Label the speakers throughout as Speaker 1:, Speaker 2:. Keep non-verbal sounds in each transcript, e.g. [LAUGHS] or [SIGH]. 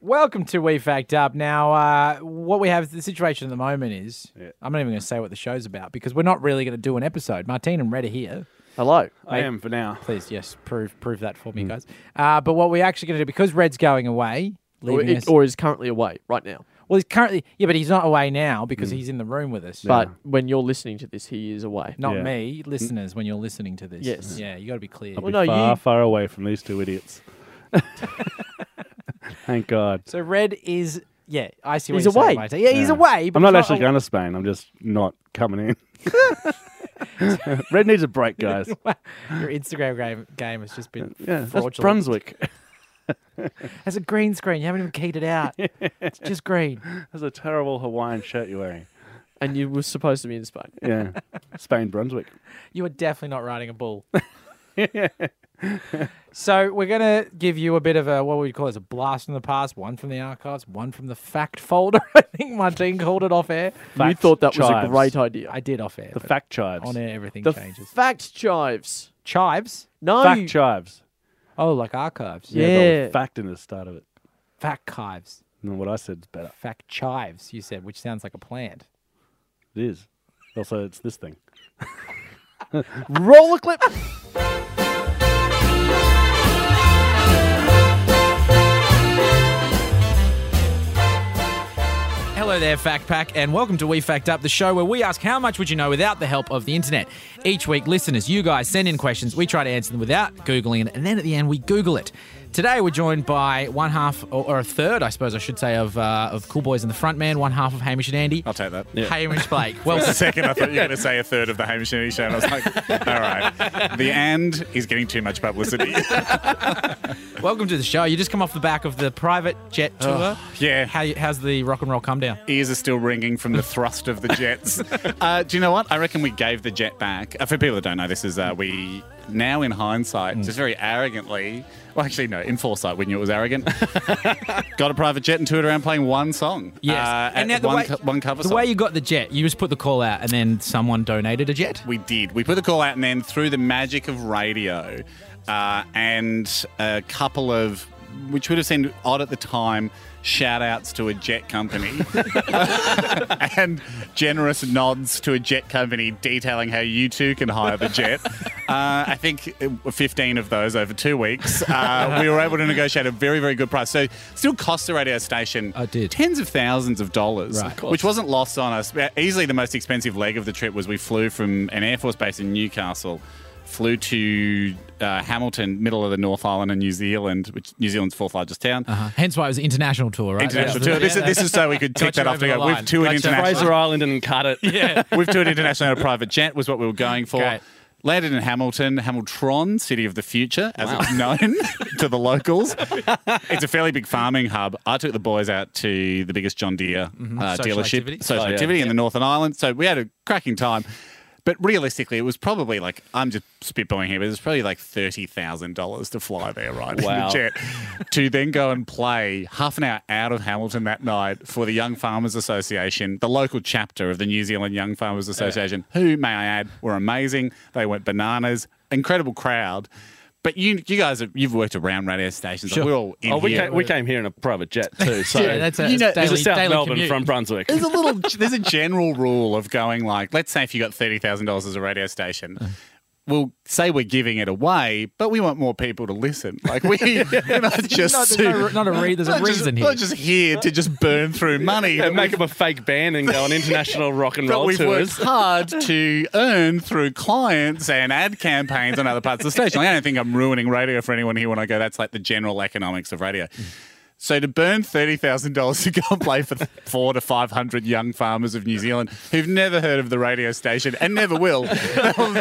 Speaker 1: Welcome to We Fact Up. Now, uh, what we have, the situation at the moment is, I'm not even going to say what the show's about because we're not really going to do an episode. Martine and Red are here.
Speaker 2: Hello.
Speaker 1: I
Speaker 2: I
Speaker 1: am
Speaker 2: am for now.
Speaker 1: Please, yes, prove prove that for
Speaker 3: Mm.
Speaker 1: me, guys. Uh, but what we're actually going to do, because Red's going away,
Speaker 2: Or,
Speaker 1: leaving us,
Speaker 2: or is currently away right now.
Speaker 1: well, he's currently, yeah, but he's not away now because
Speaker 3: Mm.
Speaker 1: he's in the room with us.
Speaker 2: But when you're listening to this, he is away.
Speaker 1: not
Speaker 3: Yeah.
Speaker 1: me, listeners, when you're listening to this.
Speaker 2: Yes.
Speaker 1: Yeah, you got to be clear.
Speaker 2: Well,
Speaker 3: Be
Speaker 2: no,
Speaker 3: far,
Speaker 2: you-
Speaker 3: far away from these two idiots. Thank God.
Speaker 1: So Red is, yeah, I see what
Speaker 2: He's
Speaker 1: you're saying,
Speaker 2: away.
Speaker 1: Martine. Yeah, he's
Speaker 3: Yeah.
Speaker 1: away. But
Speaker 3: I'm not
Speaker 1: he's
Speaker 3: actually going to Spain. I'm just not coming in. Red needs a break, guys.
Speaker 1: Your Instagram game, game has
Speaker 3: [LAUGHS]
Speaker 1: just been
Speaker 3: Yeah,
Speaker 1: fraudulent.
Speaker 3: that's Brunswick.
Speaker 1: Has a green screen. You haven't even keyed it
Speaker 2: [LAUGHS]
Speaker 1: out. it's just green.
Speaker 3: [LAUGHS] That's a terrible Hawaiian shirt you're wearing.
Speaker 2: And you were supposed to be in Spain.
Speaker 3: Yeah, Spain, Brunswick.
Speaker 1: You are definitely not riding a bull. [LAUGHS] so we're gonna give you a bit of a what we call as a blast from the past, one from the archives, one from the fact folder. [LAUGHS] I think Martine called it off air.
Speaker 2: you
Speaker 3: Fact
Speaker 2: thought that was a
Speaker 3: chives.
Speaker 2: great idea.
Speaker 1: I did off air.
Speaker 3: The
Speaker 1: but
Speaker 3: fact chives.
Speaker 1: on air, everything
Speaker 2: the
Speaker 1: changes.
Speaker 2: fact chives.
Speaker 1: Chives.
Speaker 2: No.
Speaker 3: Fact chives.
Speaker 1: Oh, like archives.
Speaker 2: Yeah.
Speaker 3: but with fact in the start of it.
Speaker 1: Fact chives.
Speaker 3: And what I said is better.
Speaker 1: Fact chives. You said, which sounds like a plant.
Speaker 3: It is. Also, it's this thing.
Speaker 2: Roll a clip.
Speaker 1: Hello there, Fact Pack, and welcome to We Fact Up, the show where we ask how much would you know without the help of the internet. Each week, listeners, you guys send in questions, we try to answer them without Googling it, and then at the end, we Google it. Today, we're joined by one half, or, or a third, I suppose I should say, of uh, of Cool Boys and the Front Man, one half of Hamish and Andy.
Speaker 4: I'll take that.
Speaker 1: Hamish Blake. Well,
Speaker 4: [LAUGHS] The second I thought you were
Speaker 1: [LAUGHS]
Speaker 4: going to say a third of the Hamish and Andy show, and I was like, all right, the and is getting too
Speaker 1: [LAUGHS]
Speaker 4: much publicity.
Speaker 1: welcome to the show. You just come off the back of the private jet tour.
Speaker 4: Oh, yeah.
Speaker 1: How, how's the rock and roll come down?
Speaker 4: Ears are still ringing from the thrust of the jets. Uh, do you know what? I reckon we gave the jet back. Uh, for people that don't know, this is uh, we now in hindsight,
Speaker 1: Mm.
Speaker 4: just very arrogantly. Well, actually, no, in foresight, we knew it was arrogant. [LAUGHS] got a private jet and toured around playing one song.
Speaker 1: Yes.
Speaker 4: Uh,
Speaker 1: And
Speaker 4: and
Speaker 1: now the
Speaker 4: one,
Speaker 1: way-
Speaker 4: co- one cover
Speaker 1: The
Speaker 4: song.
Speaker 1: way you got the jet, you just put the call out, and then someone donated a jet.
Speaker 4: We did. We put the call out, and then through the magic of radio uh, and a couple of, which would have seemed odd at the time, shout outs to a jet company [LAUGHS] and generous nods to a jet company detailing how you too can hire the jet. Uh, I think uh, 15 of those over two weeks. Uh, we were able to negotiate a very, very good price. So, still cost the radio station
Speaker 1: Oh, it did.
Speaker 4: tens of thousands of dollars,
Speaker 1: Right. Of course.
Speaker 4: which wasn't lost on us. Easily the most expensive leg of the trip was we flew from an Air Force base in Newcastle, flew to uh, Hamilton, middle of the North Island in New Zealand, which New Zealand's fourth largest town.
Speaker 1: Uh-huh. Hence why it was an international tour, right?
Speaker 4: International
Speaker 1: Yeah.
Speaker 4: tour. This, is,
Speaker 1: Yeah.
Speaker 4: this is so we could tick
Speaker 1: Got you
Speaker 4: that off
Speaker 1: over
Speaker 4: to
Speaker 1: the
Speaker 4: go.
Speaker 1: line.
Speaker 4: We've toured
Speaker 1: Got you.
Speaker 4: international.
Speaker 3: Fraser Island and cut it.
Speaker 4: [LAUGHS] Yeah. We've toured international on a private jet, was what we were going for.
Speaker 1: Great.
Speaker 4: Landed in Hamilton, Hamiltron, city of the future, as it's known [LAUGHS] to
Speaker 1: [LAUGHS]
Speaker 4: the locals. It's a fairly big farming hub. I took the boys out to the biggest John Deere uh,
Speaker 1: Mm-hmm. Social
Speaker 4: dealership,
Speaker 1: activity.
Speaker 4: social
Speaker 3: Oh, yeah.
Speaker 4: activity in the Northern Ireland. So we had a cracking time. But realistically, it was probably like I'm just spitballing here, but it was probably like thirty thousand dollars to fly there, right? in
Speaker 3: Wow.
Speaker 4: the jet to then go and play half an hour out of Hamilton that night for the Young Farmers Association, the local chapter of the New Zealand Young Farmers Association, who, may I add, were amazing. They went bananas, incredible crowd. But you, you guys, have, you've worked around radio stations.
Speaker 1: Sure.
Speaker 4: Like we're all in
Speaker 3: Oh, we
Speaker 4: here.
Speaker 3: came, we came here in a private jet too. So
Speaker 1: Yeah, that's a
Speaker 4: You know,
Speaker 1: it's
Speaker 4: there's
Speaker 1: daily,
Speaker 3: this is South
Speaker 1: daily
Speaker 3: Melbourne
Speaker 1: commute.
Speaker 3: from Brunswick.
Speaker 4: there's a
Speaker 1: [LAUGHS]
Speaker 4: little there's a general rule of going like let's say if you got $30,000 as a radio station
Speaker 1: Uh.
Speaker 4: we'll say we're giving it away but we want more people to listen
Speaker 1: [LAUGHS]
Speaker 4: like we we're not just
Speaker 1: No, there's no, re- not a re- there's a
Speaker 4: not just-
Speaker 1: reason
Speaker 4: not
Speaker 1: here.
Speaker 4: just here to just burn through
Speaker 5: [LAUGHS]
Speaker 4: money that
Speaker 3: And make up a fake band and go on
Speaker 4: [LAUGHS]
Speaker 3: international rock and
Speaker 4: that
Speaker 3: roll
Speaker 4: we've worked
Speaker 3: tours. [LAUGHS]
Speaker 4: hard to earn through clients and ad campaigns on other parts of the station. Like, I don't think I'm ruining radio for anyone here when I go, that's like the general economics of radio. So to burn thirty thousand dollars to go and play for four to five hundred young farmers of New Zealand who've never heard of the radio station and never will, [LAUGHS]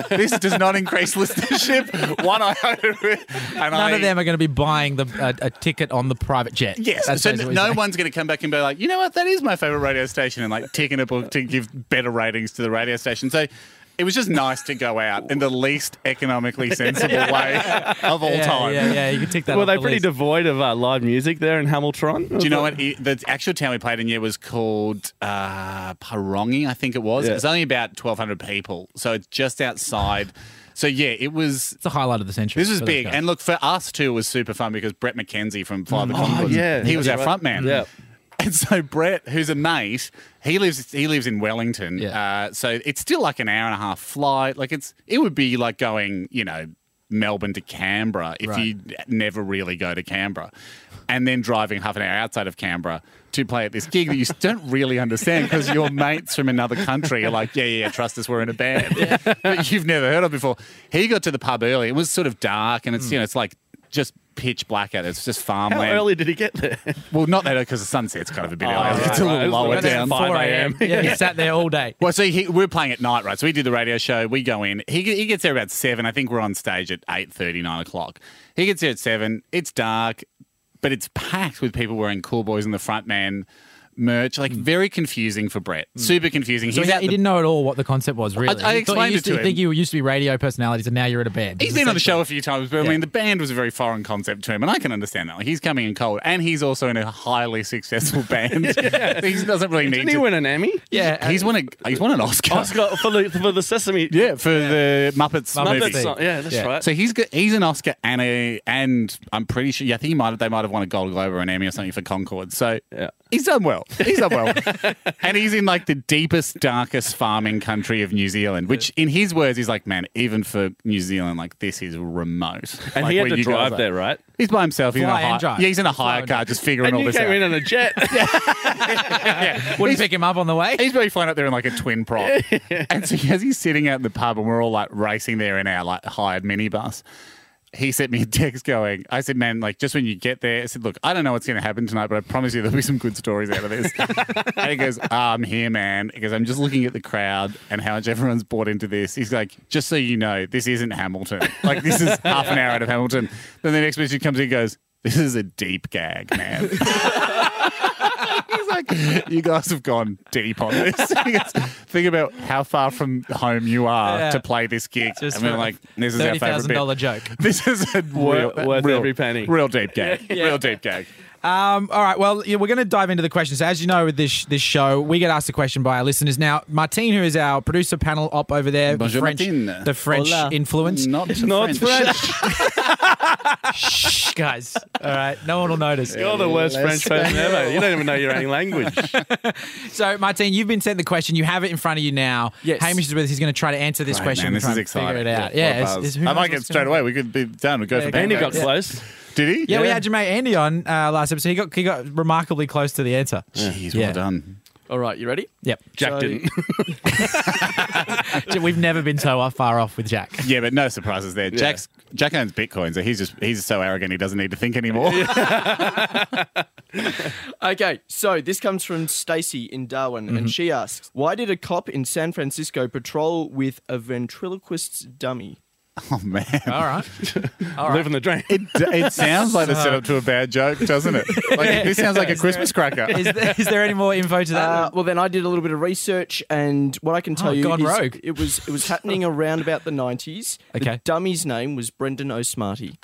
Speaker 4: this does not increase listenership. One, I hope, and
Speaker 1: None
Speaker 4: I,
Speaker 1: of them are going to be buying the a, a ticket on the private jet.
Speaker 4: Yes,
Speaker 1: That's
Speaker 4: so
Speaker 1: basically what
Speaker 4: n-
Speaker 1: you're
Speaker 4: no
Speaker 1: saying.
Speaker 4: one's going to come back and be like, you know what, that is my favorite radio station, and like ticking it up to give better ratings to the radio station. So it was just nice to go out in the least
Speaker 1: [LAUGHS]
Speaker 4: economically sensible way of all
Speaker 1: yeah,
Speaker 4: time.
Speaker 1: Yeah, yeah, you can tick that.
Speaker 3: Were
Speaker 1: off
Speaker 3: they
Speaker 1: the
Speaker 3: pretty
Speaker 1: list.
Speaker 3: devoid of uh, live music there in Hamilton?
Speaker 4: Do you know what? It- The actual town we played in here was called uh, Parongi, I think it was.
Speaker 3: Yeah.
Speaker 4: It's only about 1,200 people. So it's just outside So yeah, it was.
Speaker 1: It's the highlight of the century.
Speaker 4: This was
Speaker 1: for those
Speaker 4: big,
Speaker 1: guys.
Speaker 4: and look for us too it was super fun because Brett McKenzie from Five O'clock,
Speaker 5: Oh,
Speaker 4: was-
Speaker 5: yeah.
Speaker 4: he was our
Speaker 5: That's
Speaker 4: front
Speaker 5: right.
Speaker 4: man.
Speaker 5: Yeah.
Speaker 4: And so Brett, who's a mate, he lives he lives in Wellington.
Speaker 1: Yeah.
Speaker 4: Uh, so it's still like an hour and a half flight. Like it's it would be like going you know Melbourne to Canberra if
Speaker 1: Right.
Speaker 4: you never really go to Canberra, and then driving half an hour outside of Canberra to play at this gig that you [LAUGHS] don't really understand because your mates from another country are like, yeah, yeah, yeah, trust us, we're in a band [LAUGHS] that you've never heard of before. He got to the pub early. It was sort of dark, and it's you know it's like. Just pitch black at it. It's just
Speaker 5: Mm. How
Speaker 4: farmland.
Speaker 5: early did he get
Speaker 4: [LAUGHS]
Speaker 5: there?
Speaker 4: Well, not that because the sunset's kind of a bit early.
Speaker 5: right,
Speaker 4: it's a
Speaker 5: right.
Speaker 4: little lower
Speaker 5: That's
Speaker 4: down.
Speaker 5: fine.
Speaker 1: 4
Speaker 5: 5
Speaker 1: a.m. Yeah,
Speaker 4: [LAUGHS]
Speaker 1: he sat there all day.
Speaker 4: Well, see, he, we're playing at night, right? So we do the radio show. We go in. He, he gets there about seven. I think we're on stage at eight thirty, nine o'clock. He gets there at seven. It's dark, but it's packed with people wearing Cool Boys and the front man merch. Like very confusing for Brett. Super confusing.
Speaker 1: Hmm. So
Speaker 4: He's
Speaker 1: he,
Speaker 4: out
Speaker 1: he
Speaker 4: the-
Speaker 1: didn't know at all what the concept was, really.
Speaker 4: I
Speaker 1: He thought-
Speaker 4: explained
Speaker 1: he used
Speaker 4: it to
Speaker 1: think
Speaker 4: him.
Speaker 1: you used to be radio personalities and now you're at a band.
Speaker 4: He's been on the show a few times, but I mean, the band was a very foreign concept to him, and I can understand that. Like, he's coming in cold, and he's also in a
Speaker 1: [LAUGHS]
Speaker 4: highly successful band. He doesn't really need
Speaker 5: Didn't he
Speaker 4: to.
Speaker 5: win an Emmy?
Speaker 1: Yeah.
Speaker 4: he's won a he's won an Oscar.
Speaker 5: Oscar for the, for the Sesame.
Speaker 4: Yeah, for the Muppets,
Speaker 1: Muppets
Speaker 4: movie.
Speaker 1: thing.
Speaker 5: That's not- yeah, that's
Speaker 1: Yeah.
Speaker 5: right.
Speaker 4: So he's got, he's an Oscar and a and I'm pretty sure yeah, I think he might have, they might have won a Gold Globe or an Emmy or something for Concord. So
Speaker 5: Yeah.
Speaker 4: he's done well. He's done well,
Speaker 5: [LAUGHS]
Speaker 4: and he's in like the deepest, darkest farming country of New Zealand, which in his words is like, man, even for New Zealand, like this is remote.
Speaker 5: and
Speaker 4: Like,
Speaker 5: he had
Speaker 4: where
Speaker 5: to
Speaker 4: you guys
Speaker 5: drive
Speaker 4: are-
Speaker 5: there, right?
Speaker 4: He's by himself. He's in a
Speaker 1: Fly and
Speaker 4: hire,
Speaker 1: drive.
Speaker 4: yeah, he's in a
Speaker 1: Fly
Speaker 4: hire
Speaker 1: and
Speaker 4: car, just figuring
Speaker 5: And
Speaker 4: all
Speaker 5: you
Speaker 4: this
Speaker 5: came
Speaker 4: out.
Speaker 5: in on a jet.
Speaker 4: [LAUGHS]
Speaker 1: Wouldn't pick him up on the way.
Speaker 4: He's probably flying up there in like a twin prop. and so as he's sitting out in the pub and we're all like racing there in our like hired minibus, he sent me a text going, I said, man, like just when you get there, I said, look, I don't know what's going to happen tonight, but I promise you there'll be some good stories out of this. and he goes, "Ah, I'm here, man. He goes, I'm just looking at the crowd and how much everyone's bought into this. He's like, just so you know, this isn't Hamilton. Like this is half an hour out of Hamilton. Then the next message comes in and goes, this is a deep gag, man. He's like, you guys have gone deep on this. [LAUGHS] He goes, Think about how far from home you are
Speaker 1: Yeah.
Speaker 4: to play this gig.
Speaker 1: Just
Speaker 4: and we're
Speaker 1: for
Speaker 4: like, [LAUGHS] this is our
Speaker 1: Thirty
Speaker 4: favorite
Speaker 1: thousand
Speaker 4: bit.
Speaker 1: dollar joke.
Speaker 4: [LAUGHS] This is
Speaker 1: [LAUGHS]
Speaker 4: a real,
Speaker 5: Worth- worth
Speaker 4: real,
Speaker 5: every penny.
Speaker 4: Real deep gag. Real deep gag.
Speaker 1: Um, all right. Well, yeah, we're going to dive into the questions. So as you know, with this this show, we get asked a question by our listeners. Now, Martine, who is our producer panel op over there, the
Speaker 4: Bonjour, Mm.
Speaker 1: French,
Speaker 4: Martine.
Speaker 1: the French
Speaker 2: Hola.
Speaker 1: influence.
Speaker 4: Not
Speaker 5: Not French.
Speaker 1: [LAUGHS] Shh, guys. All right, no one will notice.
Speaker 5: You're the worst French person ever. You don't even know your own
Speaker 4: [LAUGHS]
Speaker 5: language.
Speaker 1: So, Martine, you've been sent the question. You have it in front of you now.
Speaker 2: Yes.
Speaker 1: Hamish is with us. He's going to try to answer this
Speaker 4: Right,
Speaker 1: question.
Speaker 4: man,
Speaker 1: and
Speaker 4: this
Speaker 1: try
Speaker 4: is
Speaker 1: and
Speaker 4: exciting.
Speaker 1: Figure it out.
Speaker 4: Yeah,
Speaker 1: Yeah.
Speaker 4: what
Speaker 1: it's-
Speaker 4: buzz.
Speaker 1: it's- who
Speaker 4: I
Speaker 1: knows
Speaker 4: might get
Speaker 1: what's
Speaker 4: straight
Speaker 1: gonna-
Speaker 4: away. We could be done. We go
Speaker 1: Yeah,
Speaker 4: for
Speaker 1: Andy
Speaker 5: Andy
Speaker 4: pancakes.
Speaker 5: got close.
Speaker 4: Did he?
Speaker 1: Yeah, we had your mate Andy on uh, last episode. He got he got remarkably close to the answer.
Speaker 4: Jeez,
Speaker 1: Yeah.
Speaker 4: well done.
Speaker 2: All right, you ready?
Speaker 1: Yep.
Speaker 5: Jack
Speaker 2: So-
Speaker 5: didn't.
Speaker 1: [LAUGHS] We've never been so off- far off with Jack.
Speaker 4: [LAUGHS] Yeah, but no surprises there. Jack's Jack owns Bitcoin, so he's just he's so arrogant he doesn't need to think anymore.
Speaker 2: [LAUGHS] Okay, so this comes from Stacy in Darwin,
Speaker 3: Mm-hmm.
Speaker 2: and she asks, "Why did a cop in San Francisco patrol with a ventriloquist's dummy?"
Speaker 4: [LAUGHS] oh man.
Speaker 1: All right.
Speaker 5: Living the dream.
Speaker 4: [LAUGHS] It, it sounds like the setup to a bad joke, doesn't it? Like, this sounds like a Christmas cracker.
Speaker 1: Is there, is there any more info to that?
Speaker 2: Uh, well, then I did a little bit of research, and what I can tell
Speaker 1: Oh,
Speaker 2: you
Speaker 1: gone
Speaker 2: is
Speaker 1: rogue.
Speaker 2: it was it was happening around about the nineties.
Speaker 1: Okay.
Speaker 2: The dummy's name was Brendan O'Smarty.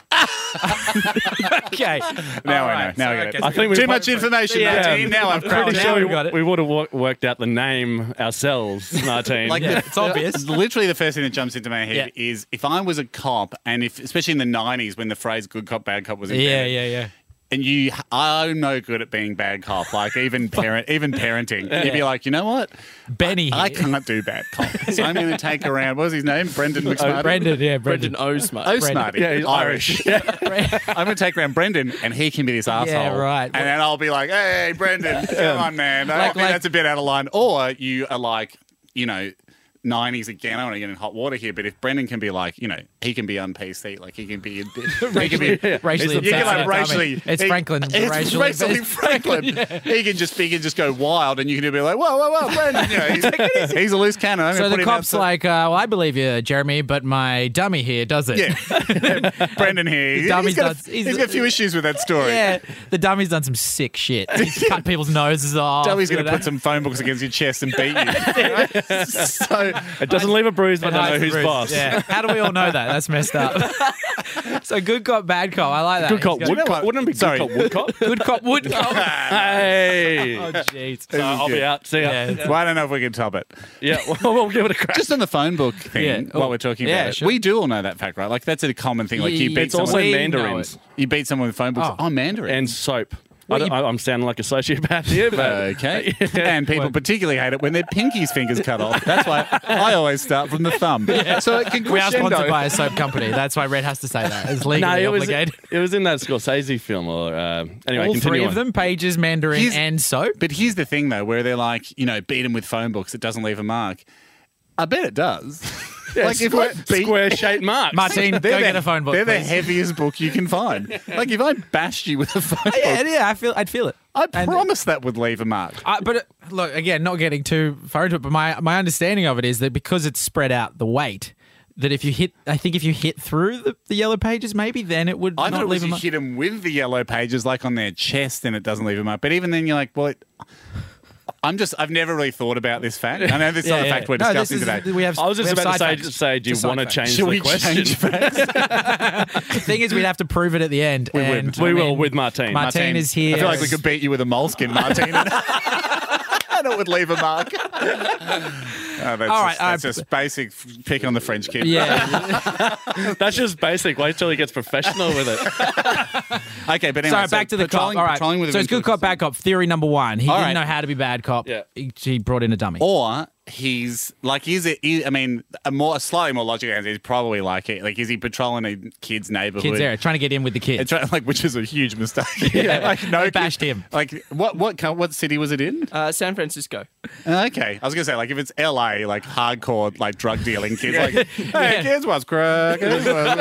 Speaker 1: okay.
Speaker 4: Now
Speaker 1: All
Speaker 4: I know.
Speaker 1: right,
Speaker 4: Now
Speaker 1: so
Speaker 4: I get
Speaker 1: okay,
Speaker 4: it.
Speaker 1: so
Speaker 5: I think we
Speaker 4: Too
Speaker 5: might-
Speaker 4: much information,
Speaker 5: Yeah.
Speaker 4: Martine. Now I've cracked
Speaker 1: Now
Speaker 4: it.
Speaker 1: sure we
Speaker 5: we
Speaker 1: got it.
Speaker 5: would have worked out the name ourselves,
Speaker 4: [LAUGHS]
Speaker 5: Martine.
Speaker 4: Like
Speaker 1: Yeah,
Speaker 4: the-
Speaker 1: it's obvious.
Speaker 4: Literally, the first thing that jumps into my head is if I was a cop, and if especially in the '90s when the phrase "good cop, bad cop"
Speaker 1: [LAUGHS]
Speaker 4: was
Speaker 1: Yeah,
Speaker 4: invented,
Speaker 1: yeah, yeah.
Speaker 4: and you, I'm no good at being bad cop. Like even parent, even parenting, you'd be like, you know what,
Speaker 1: Benny. [LAUGHS]
Speaker 4: I can't do bad cop, so I'm going to take around. What was his name? Brendan McSmarty.
Speaker 1: Brendan, yeah, Brendan.
Speaker 2: Brendan O'Smarty.
Speaker 4: Oh, Smarty.
Speaker 5: Yeah, he's Irish.
Speaker 4: I'm going to take around Brendan, and he can be this asshole.
Speaker 1: right.
Speaker 4: And then I'll be like, "Hey, Brendan, come on, man. I
Speaker 1: Like-
Speaker 4: think
Speaker 1: like-
Speaker 4: that's a bit out of line." Or you are like, you know, '90s again. I don't want to get in hot water here, but if Brendan can be like, you know, he can be on PC, like he can be, he
Speaker 1: [LAUGHS]
Speaker 4: can be.
Speaker 1: racially
Speaker 4: [LAUGHS] You can
Speaker 1: offensive,
Speaker 4: like
Speaker 1: dummy.
Speaker 4: racially.
Speaker 1: It's
Speaker 4: he- [LAUGHS]
Speaker 1: Franklin.
Speaker 4: It's racially, Franklin. He can just he can just go wild, and you can be like, whoa, whoa, whoa, Brendan. You know,
Speaker 1: [LAUGHS]
Speaker 4: he's, he's a loose cannon. I'm
Speaker 1: So
Speaker 4: gonna put
Speaker 1: the
Speaker 4: him
Speaker 1: cop's
Speaker 4: outside.
Speaker 1: like, uh, well, I believe you, Jeremy, but my dummy here does it. [LAUGHS]
Speaker 4: yeah, Brendan here. He's got,
Speaker 1: dummy's
Speaker 4: a,
Speaker 1: done- he's-
Speaker 4: he's got a few issues with that story.
Speaker 1: Yeah, the dummy's done some sick shit. He's cut people's noses off.
Speaker 4: Dummies going
Speaker 1: you
Speaker 4: to
Speaker 1: know.
Speaker 4: put some phone books against your chest and beat you. [LAUGHS] so
Speaker 5: it doesn't leave a bruise, but I don't know
Speaker 1: Hides
Speaker 5: who's
Speaker 1: the bruise.
Speaker 5: boss.
Speaker 1: Yeah. How do we all know that? That's messed up. So good cop, bad cop. I like that.
Speaker 5: Good cop,
Speaker 1: He's
Speaker 5: wood
Speaker 1: got-
Speaker 5: cop. Wouldn't it be
Speaker 4: Sorry.
Speaker 5: good cop, wood cop?
Speaker 4: [LAUGHS]
Speaker 1: Good cop, wood cop.
Speaker 5: uh, hey.
Speaker 1: Oh, jeez.
Speaker 5: So I'll be out. See ya.
Speaker 1: Yeah.
Speaker 5: Yeah,
Speaker 4: uh, Well, I don't know if we can top it.
Speaker 5: [LAUGHS]
Speaker 4: Oh,
Speaker 5: we'll, we'll give it a crack.
Speaker 4: Just on the phone book thing,
Speaker 1: Yeah.
Speaker 4: while we're talking
Speaker 1: Yeah,
Speaker 4: about it,
Speaker 1: sure.
Speaker 4: we do all know that fact, right? Like that's a common thing. Like you
Speaker 1: Yeah,
Speaker 4: beat
Speaker 5: it's
Speaker 4: someone,
Speaker 5: also
Speaker 1: We know
Speaker 5: mandarins
Speaker 1: it.
Speaker 4: you beat someone with phone books.
Speaker 1: Oh.
Speaker 4: Oh, Mandarin
Speaker 5: and soap. I
Speaker 1: What
Speaker 5: don't,
Speaker 1: you- Uh,
Speaker 5: I- I'm sounding like a sociopath here, but
Speaker 4: Okay. And people particularly hate it when their pinky's fingers cut off. That's why I always start from the thumb. So it can
Speaker 1: We are
Speaker 4: crescendo.
Speaker 1: sponsored by a soap company. That's why Red has to say that. It's legally
Speaker 5: no, it was
Speaker 1: obligated.
Speaker 5: it was in that Scorsese film. Or uh, anyway,
Speaker 1: All
Speaker 5: continue
Speaker 1: three
Speaker 5: on.
Speaker 1: of them: pages, Mandarin,
Speaker 4: He's-
Speaker 1: and soap.
Speaker 4: But here's the thing, though, where they're like, you know, beat them with phone books. It doesn't leave a mark. I bet it does. like if I beat-
Speaker 5: square shaped marks.
Speaker 1: Martine, go
Speaker 4: they're
Speaker 1: get
Speaker 4: the-
Speaker 1: a phone book.
Speaker 4: They're the
Speaker 1: please.
Speaker 4: heaviest book you
Speaker 1: [LAUGHS]
Speaker 4: can find. like if I bashed you with a phone
Speaker 1: yeah,
Speaker 4: book,
Speaker 1: yeah, I feel, I'd feel it.
Speaker 4: I
Speaker 1: And-
Speaker 4: promise that would leave a mark.
Speaker 1: I, but uh, look, again, not getting too far into it, but my, my understanding of it is that because it's spread out the weight, that if you hit, I think if you hit through the, the yellow pages, maybe then it would
Speaker 4: I
Speaker 1: not
Speaker 4: thought
Speaker 1: leave
Speaker 4: it was
Speaker 1: a
Speaker 4: you
Speaker 1: mark.
Speaker 4: hit them with the yellow pages, like on their chest, and it doesn't leave a mark. But even then, you're like, well, it, I'm just, I've never really thought about this fact. I know this is
Speaker 1: Yeah,
Speaker 4: not a
Speaker 1: yeah.
Speaker 4: fact we're
Speaker 1: No, this
Speaker 4: discussing
Speaker 1: is-
Speaker 4: today.
Speaker 1: We have,
Speaker 5: I was just
Speaker 1: we have
Speaker 5: about to say,
Speaker 1: side
Speaker 5: just
Speaker 1: facts.
Speaker 5: say, do you
Speaker 1: Just
Speaker 5: want to
Speaker 1: side
Speaker 5: change
Speaker 4: Should
Speaker 5: the
Speaker 4: we
Speaker 5: question? [LAUGHS]
Speaker 4: change facts?
Speaker 1: facts. thing is, we'd have to prove it at the end. We, and,
Speaker 5: We
Speaker 1: I
Speaker 5: will
Speaker 1: mean,
Speaker 5: with Martine.
Speaker 1: Martine is here.
Speaker 4: I feel like we
Speaker 1: as-
Speaker 4: could beat you with a
Speaker 1: [LAUGHS]
Speaker 4: moleskin, Martin. and and it would leave a mark. Oh, that's
Speaker 1: All right,
Speaker 4: just,
Speaker 1: all
Speaker 4: that's
Speaker 1: right.
Speaker 4: just basic f- pick on the French kid.
Speaker 1: Yeah.
Speaker 5: That's just basic. Wait till he gets professional
Speaker 1: [LAUGHS]
Speaker 5: with it.
Speaker 4: Okay, but anyway,
Speaker 1: Sorry, back to the cop.
Speaker 4: patrolling,
Speaker 1: All right.
Speaker 4: patrolling with
Speaker 1: So it's good cop, bad cop. Theory number one. He
Speaker 4: All
Speaker 1: didn't
Speaker 4: right.
Speaker 1: know how to be bad cop.
Speaker 5: Yeah.
Speaker 1: He, he brought in a dummy.
Speaker 4: Or he's like, is it? Is, I mean, a more a slightly more logical answer is probably like it. Like, is he patrolling a kid's neighborhood?
Speaker 1: kids
Speaker 4: [LAUGHS]
Speaker 1: there trying to get in with the
Speaker 4: And
Speaker 1: kids.
Speaker 4: try- like, which is a huge mistake. [LAUGHS] yeah, like no,
Speaker 1: They
Speaker 4: kid-
Speaker 1: bashed him.
Speaker 4: Like, what what co- what city was it in?
Speaker 2: Uh, San Francisco.
Speaker 4: Uh, okay, I was gonna say like if it's L.A. like hardcore like drug dealing kids like hey
Speaker 1: Yeah.
Speaker 4: kids what's crack Here's what's-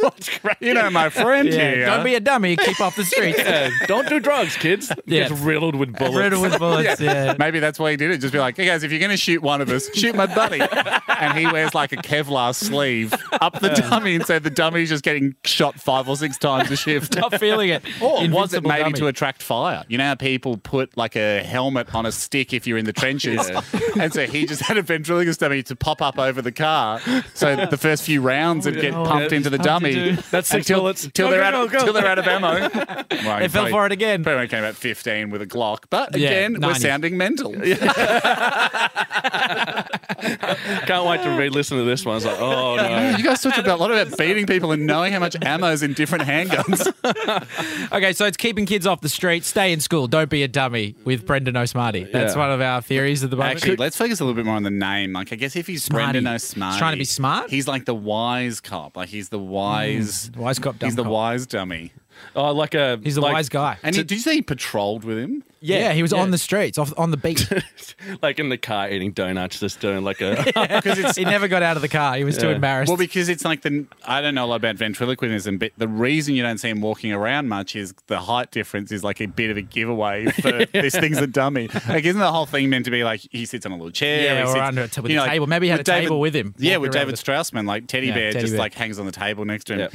Speaker 4: what's going
Speaker 1: [LAUGHS]
Speaker 4: on? you know my friend here
Speaker 1: Don't be a dummy. Keep
Speaker 4: [LAUGHS]
Speaker 1: off the streets.
Speaker 5: Yeah, don't do drugs, kids.
Speaker 1: Yeah.
Speaker 5: Gets riddled with bullets.
Speaker 1: Riddled with bullets.
Speaker 4: [LAUGHS]
Speaker 1: yeah.
Speaker 4: Maybe that's why he did it. Just be like, hey guys, if you're going to shoot one of us, shoot my buddy. and he wears like a Kevlar sleeve up the dummy. And so the dummy's just getting shot five or six times a
Speaker 1: [LAUGHS]
Speaker 4: shift.
Speaker 1: not feeling it.
Speaker 4: Or was it
Speaker 1: Invincible
Speaker 4: maybe
Speaker 1: dummy.
Speaker 4: to attract fire? You know how people put like a helmet on a stick if you're in the trenches?
Speaker 5: Yeah.
Speaker 4: And so he just had a ventriloquist dummy to pop up over the car so that the first few rounds would get
Speaker 1: yeah.
Speaker 4: pumped
Speaker 1: Yeah,
Speaker 4: into the
Speaker 1: it's tough to
Speaker 4: dummy.
Speaker 1: do.
Speaker 5: That's six
Speaker 4: until,
Speaker 5: bullets.
Speaker 4: till
Speaker 5: Go,
Speaker 4: they're,
Speaker 5: go,
Speaker 4: out,
Speaker 5: go, go.
Speaker 4: till they're out of ammo. Well,
Speaker 1: They fell
Speaker 4: probably-
Speaker 1: for it again.
Speaker 4: Probably only came out 15 with a Glock. But
Speaker 1: Yeah,
Speaker 4: again, we're
Speaker 1: 90s.
Speaker 4: sounding [LAUGHS] mental.
Speaker 5: [LAUGHS] Can't wait to re-listen to this one. It's like,
Speaker 1: [LAUGHS]
Speaker 5: oh no.
Speaker 4: You guys talked about a lot about beating people and knowing how much ammo is in
Speaker 1: [LAUGHS]
Speaker 4: different handguns.
Speaker 1: Okay, so it's keeping kids off the street. Stay in school. Don't be a dummy with Brendan O'Smarty. That's
Speaker 5: Yeah.
Speaker 1: one of our theories at the moment.
Speaker 4: Actually, let's focus a little bit more on the name. Like, I guess if he's
Speaker 1: Smarty.
Speaker 4: Brendan
Speaker 1: He's
Speaker 4: O'Smarty,
Speaker 1: trying to be smart? Hmm.
Speaker 4: He's like the wise cop. Like, he's the wise,
Speaker 1: wise cop, dumb
Speaker 4: He's the
Speaker 1: cop.
Speaker 4: wise dummy.
Speaker 5: Oh, like a.
Speaker 1: He's a
Speaker 5: like,
Speaker 1: wise guy.
Speaker 4: And he, did you say he patrolled with him?
Speaker 1: yeah, he was
Speaker 5: yeah.
Speaker 1: on the streets, off on the [LAUGHS]
Speaker 4: [LAUGHS]
Speaker 1: beat.
Speaker 5: Like in the car eating donuts, just doing
Speaker 1: [LAUGHS]
Speaker 5: like a.
Speaker 4: Because it's
Speaker 1: he never got out of the car. He was too
Speaker 5: Yeah.
Speaker 1: embarrassed.
Speaker 4: well, because it's like the I don't know a lot about ventriloquism, but the reason you don't see him walking around much is the height difference is like a bit of
Speaker 1: [LAUGHS]
Speaker 4: a giveaway for this thing's a dummy. Like, isn't the whole thing meant to be like he sits on a little chair?
Speaker 1: Yeah,
Speaker 4: he
Speaker 1: or
Speaker 4: sits-
Speaker 1: under a t- with a
Speaker 4: like,
Speaker 1: table. Maybe he had
Speaker 4: with
Speaker 1: a table with him,
Speaker 4: Yeah,
Speaker 1: walking
Speaker 4: with
Speaker 1: around
Speaker 4: David
Speaker 1: with-
Speaker 4: Straussman, like Teddy
Speaker 1: Yeah,
Speaker 4: Bear
Speaker 1: Teddy
Speaker 4: just
Speaker 1: Bear.
Speaker 4: like hangs on the table next to him.
Speaker 5: Yeah.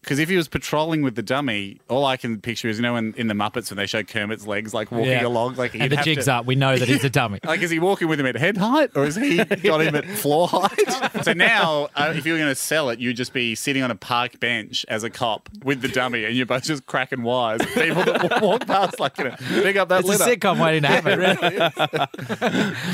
Speaker 4: Because if he was patrolling with the dummy, all I can picture is you know in, in the Muppets when they show Kermit's legs like walking
Speaker 1: Yeah.
Speaker 4: along, like he'd
Speaker 1: and the
Speaker 4: have
Speaker 1: jig's
Speaker 4: to,
Speaker 1: up. We know that
Speaker 4: [LAUGHS]
Speaker 1: he's a dummy.
Speaker 4: like, is he walking with him at head height or is [LAUGHS] he got him at floor height? so now, uh, if you were going to sell it, you'd just be sitting on a park bench as a cop with the dummy and you're both just cracking wires. People that [LAUGHS] wa- walk past, like, you know, pick up that
Speaker 1: It's a
Speaker 4: litter.
Speaker 1: sitcom waiting to
Speaker 4: [LAUGHS]
Speaker 1: happen. really.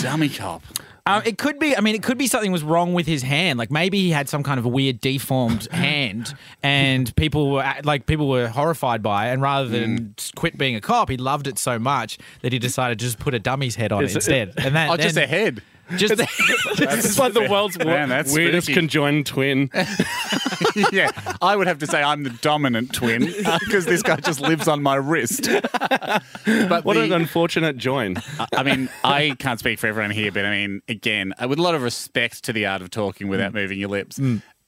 Speaker 4: Dummy cop.
Speaker 1: Um, it could be. I mean, it could be something was wrong with his hand. Like maybe he had some kind of a weird
Speaker 4: [LAUGHS]
Speaker 1: deformed hand, and people were at- like people were horrified by it. And rather than
Speaker 4: Mm.
Speaker 1: s- quit being a cop, he loved it so much that he decided to just put a dummy's head on it
Speaker 5: It's-
Speaker 1: instead. And that
Speaker 4: [LAUGHS] Oh, just
Speaker 1: then-
Speaker 4: a head. [LAUGHS]
Speaker 1: Just
Speaker 5: it's like the world's
Speaker 4: Man, that's
Speaker 5: weirdest
Speaker 4: spooky.
Speaker 5: conjoined twin.
Speaker 4: yeah, I would have to say I'm the dominant twin because this guy just lives on my wrist. but
Speaker 5: What
Speaker 4: the-
Speaker 5: an unfortunate join.
Speaker 4: I- I mean, I can't speak for everyone here, but I mean, again, uh, with a lot of respect to the art of talking without moving your lips,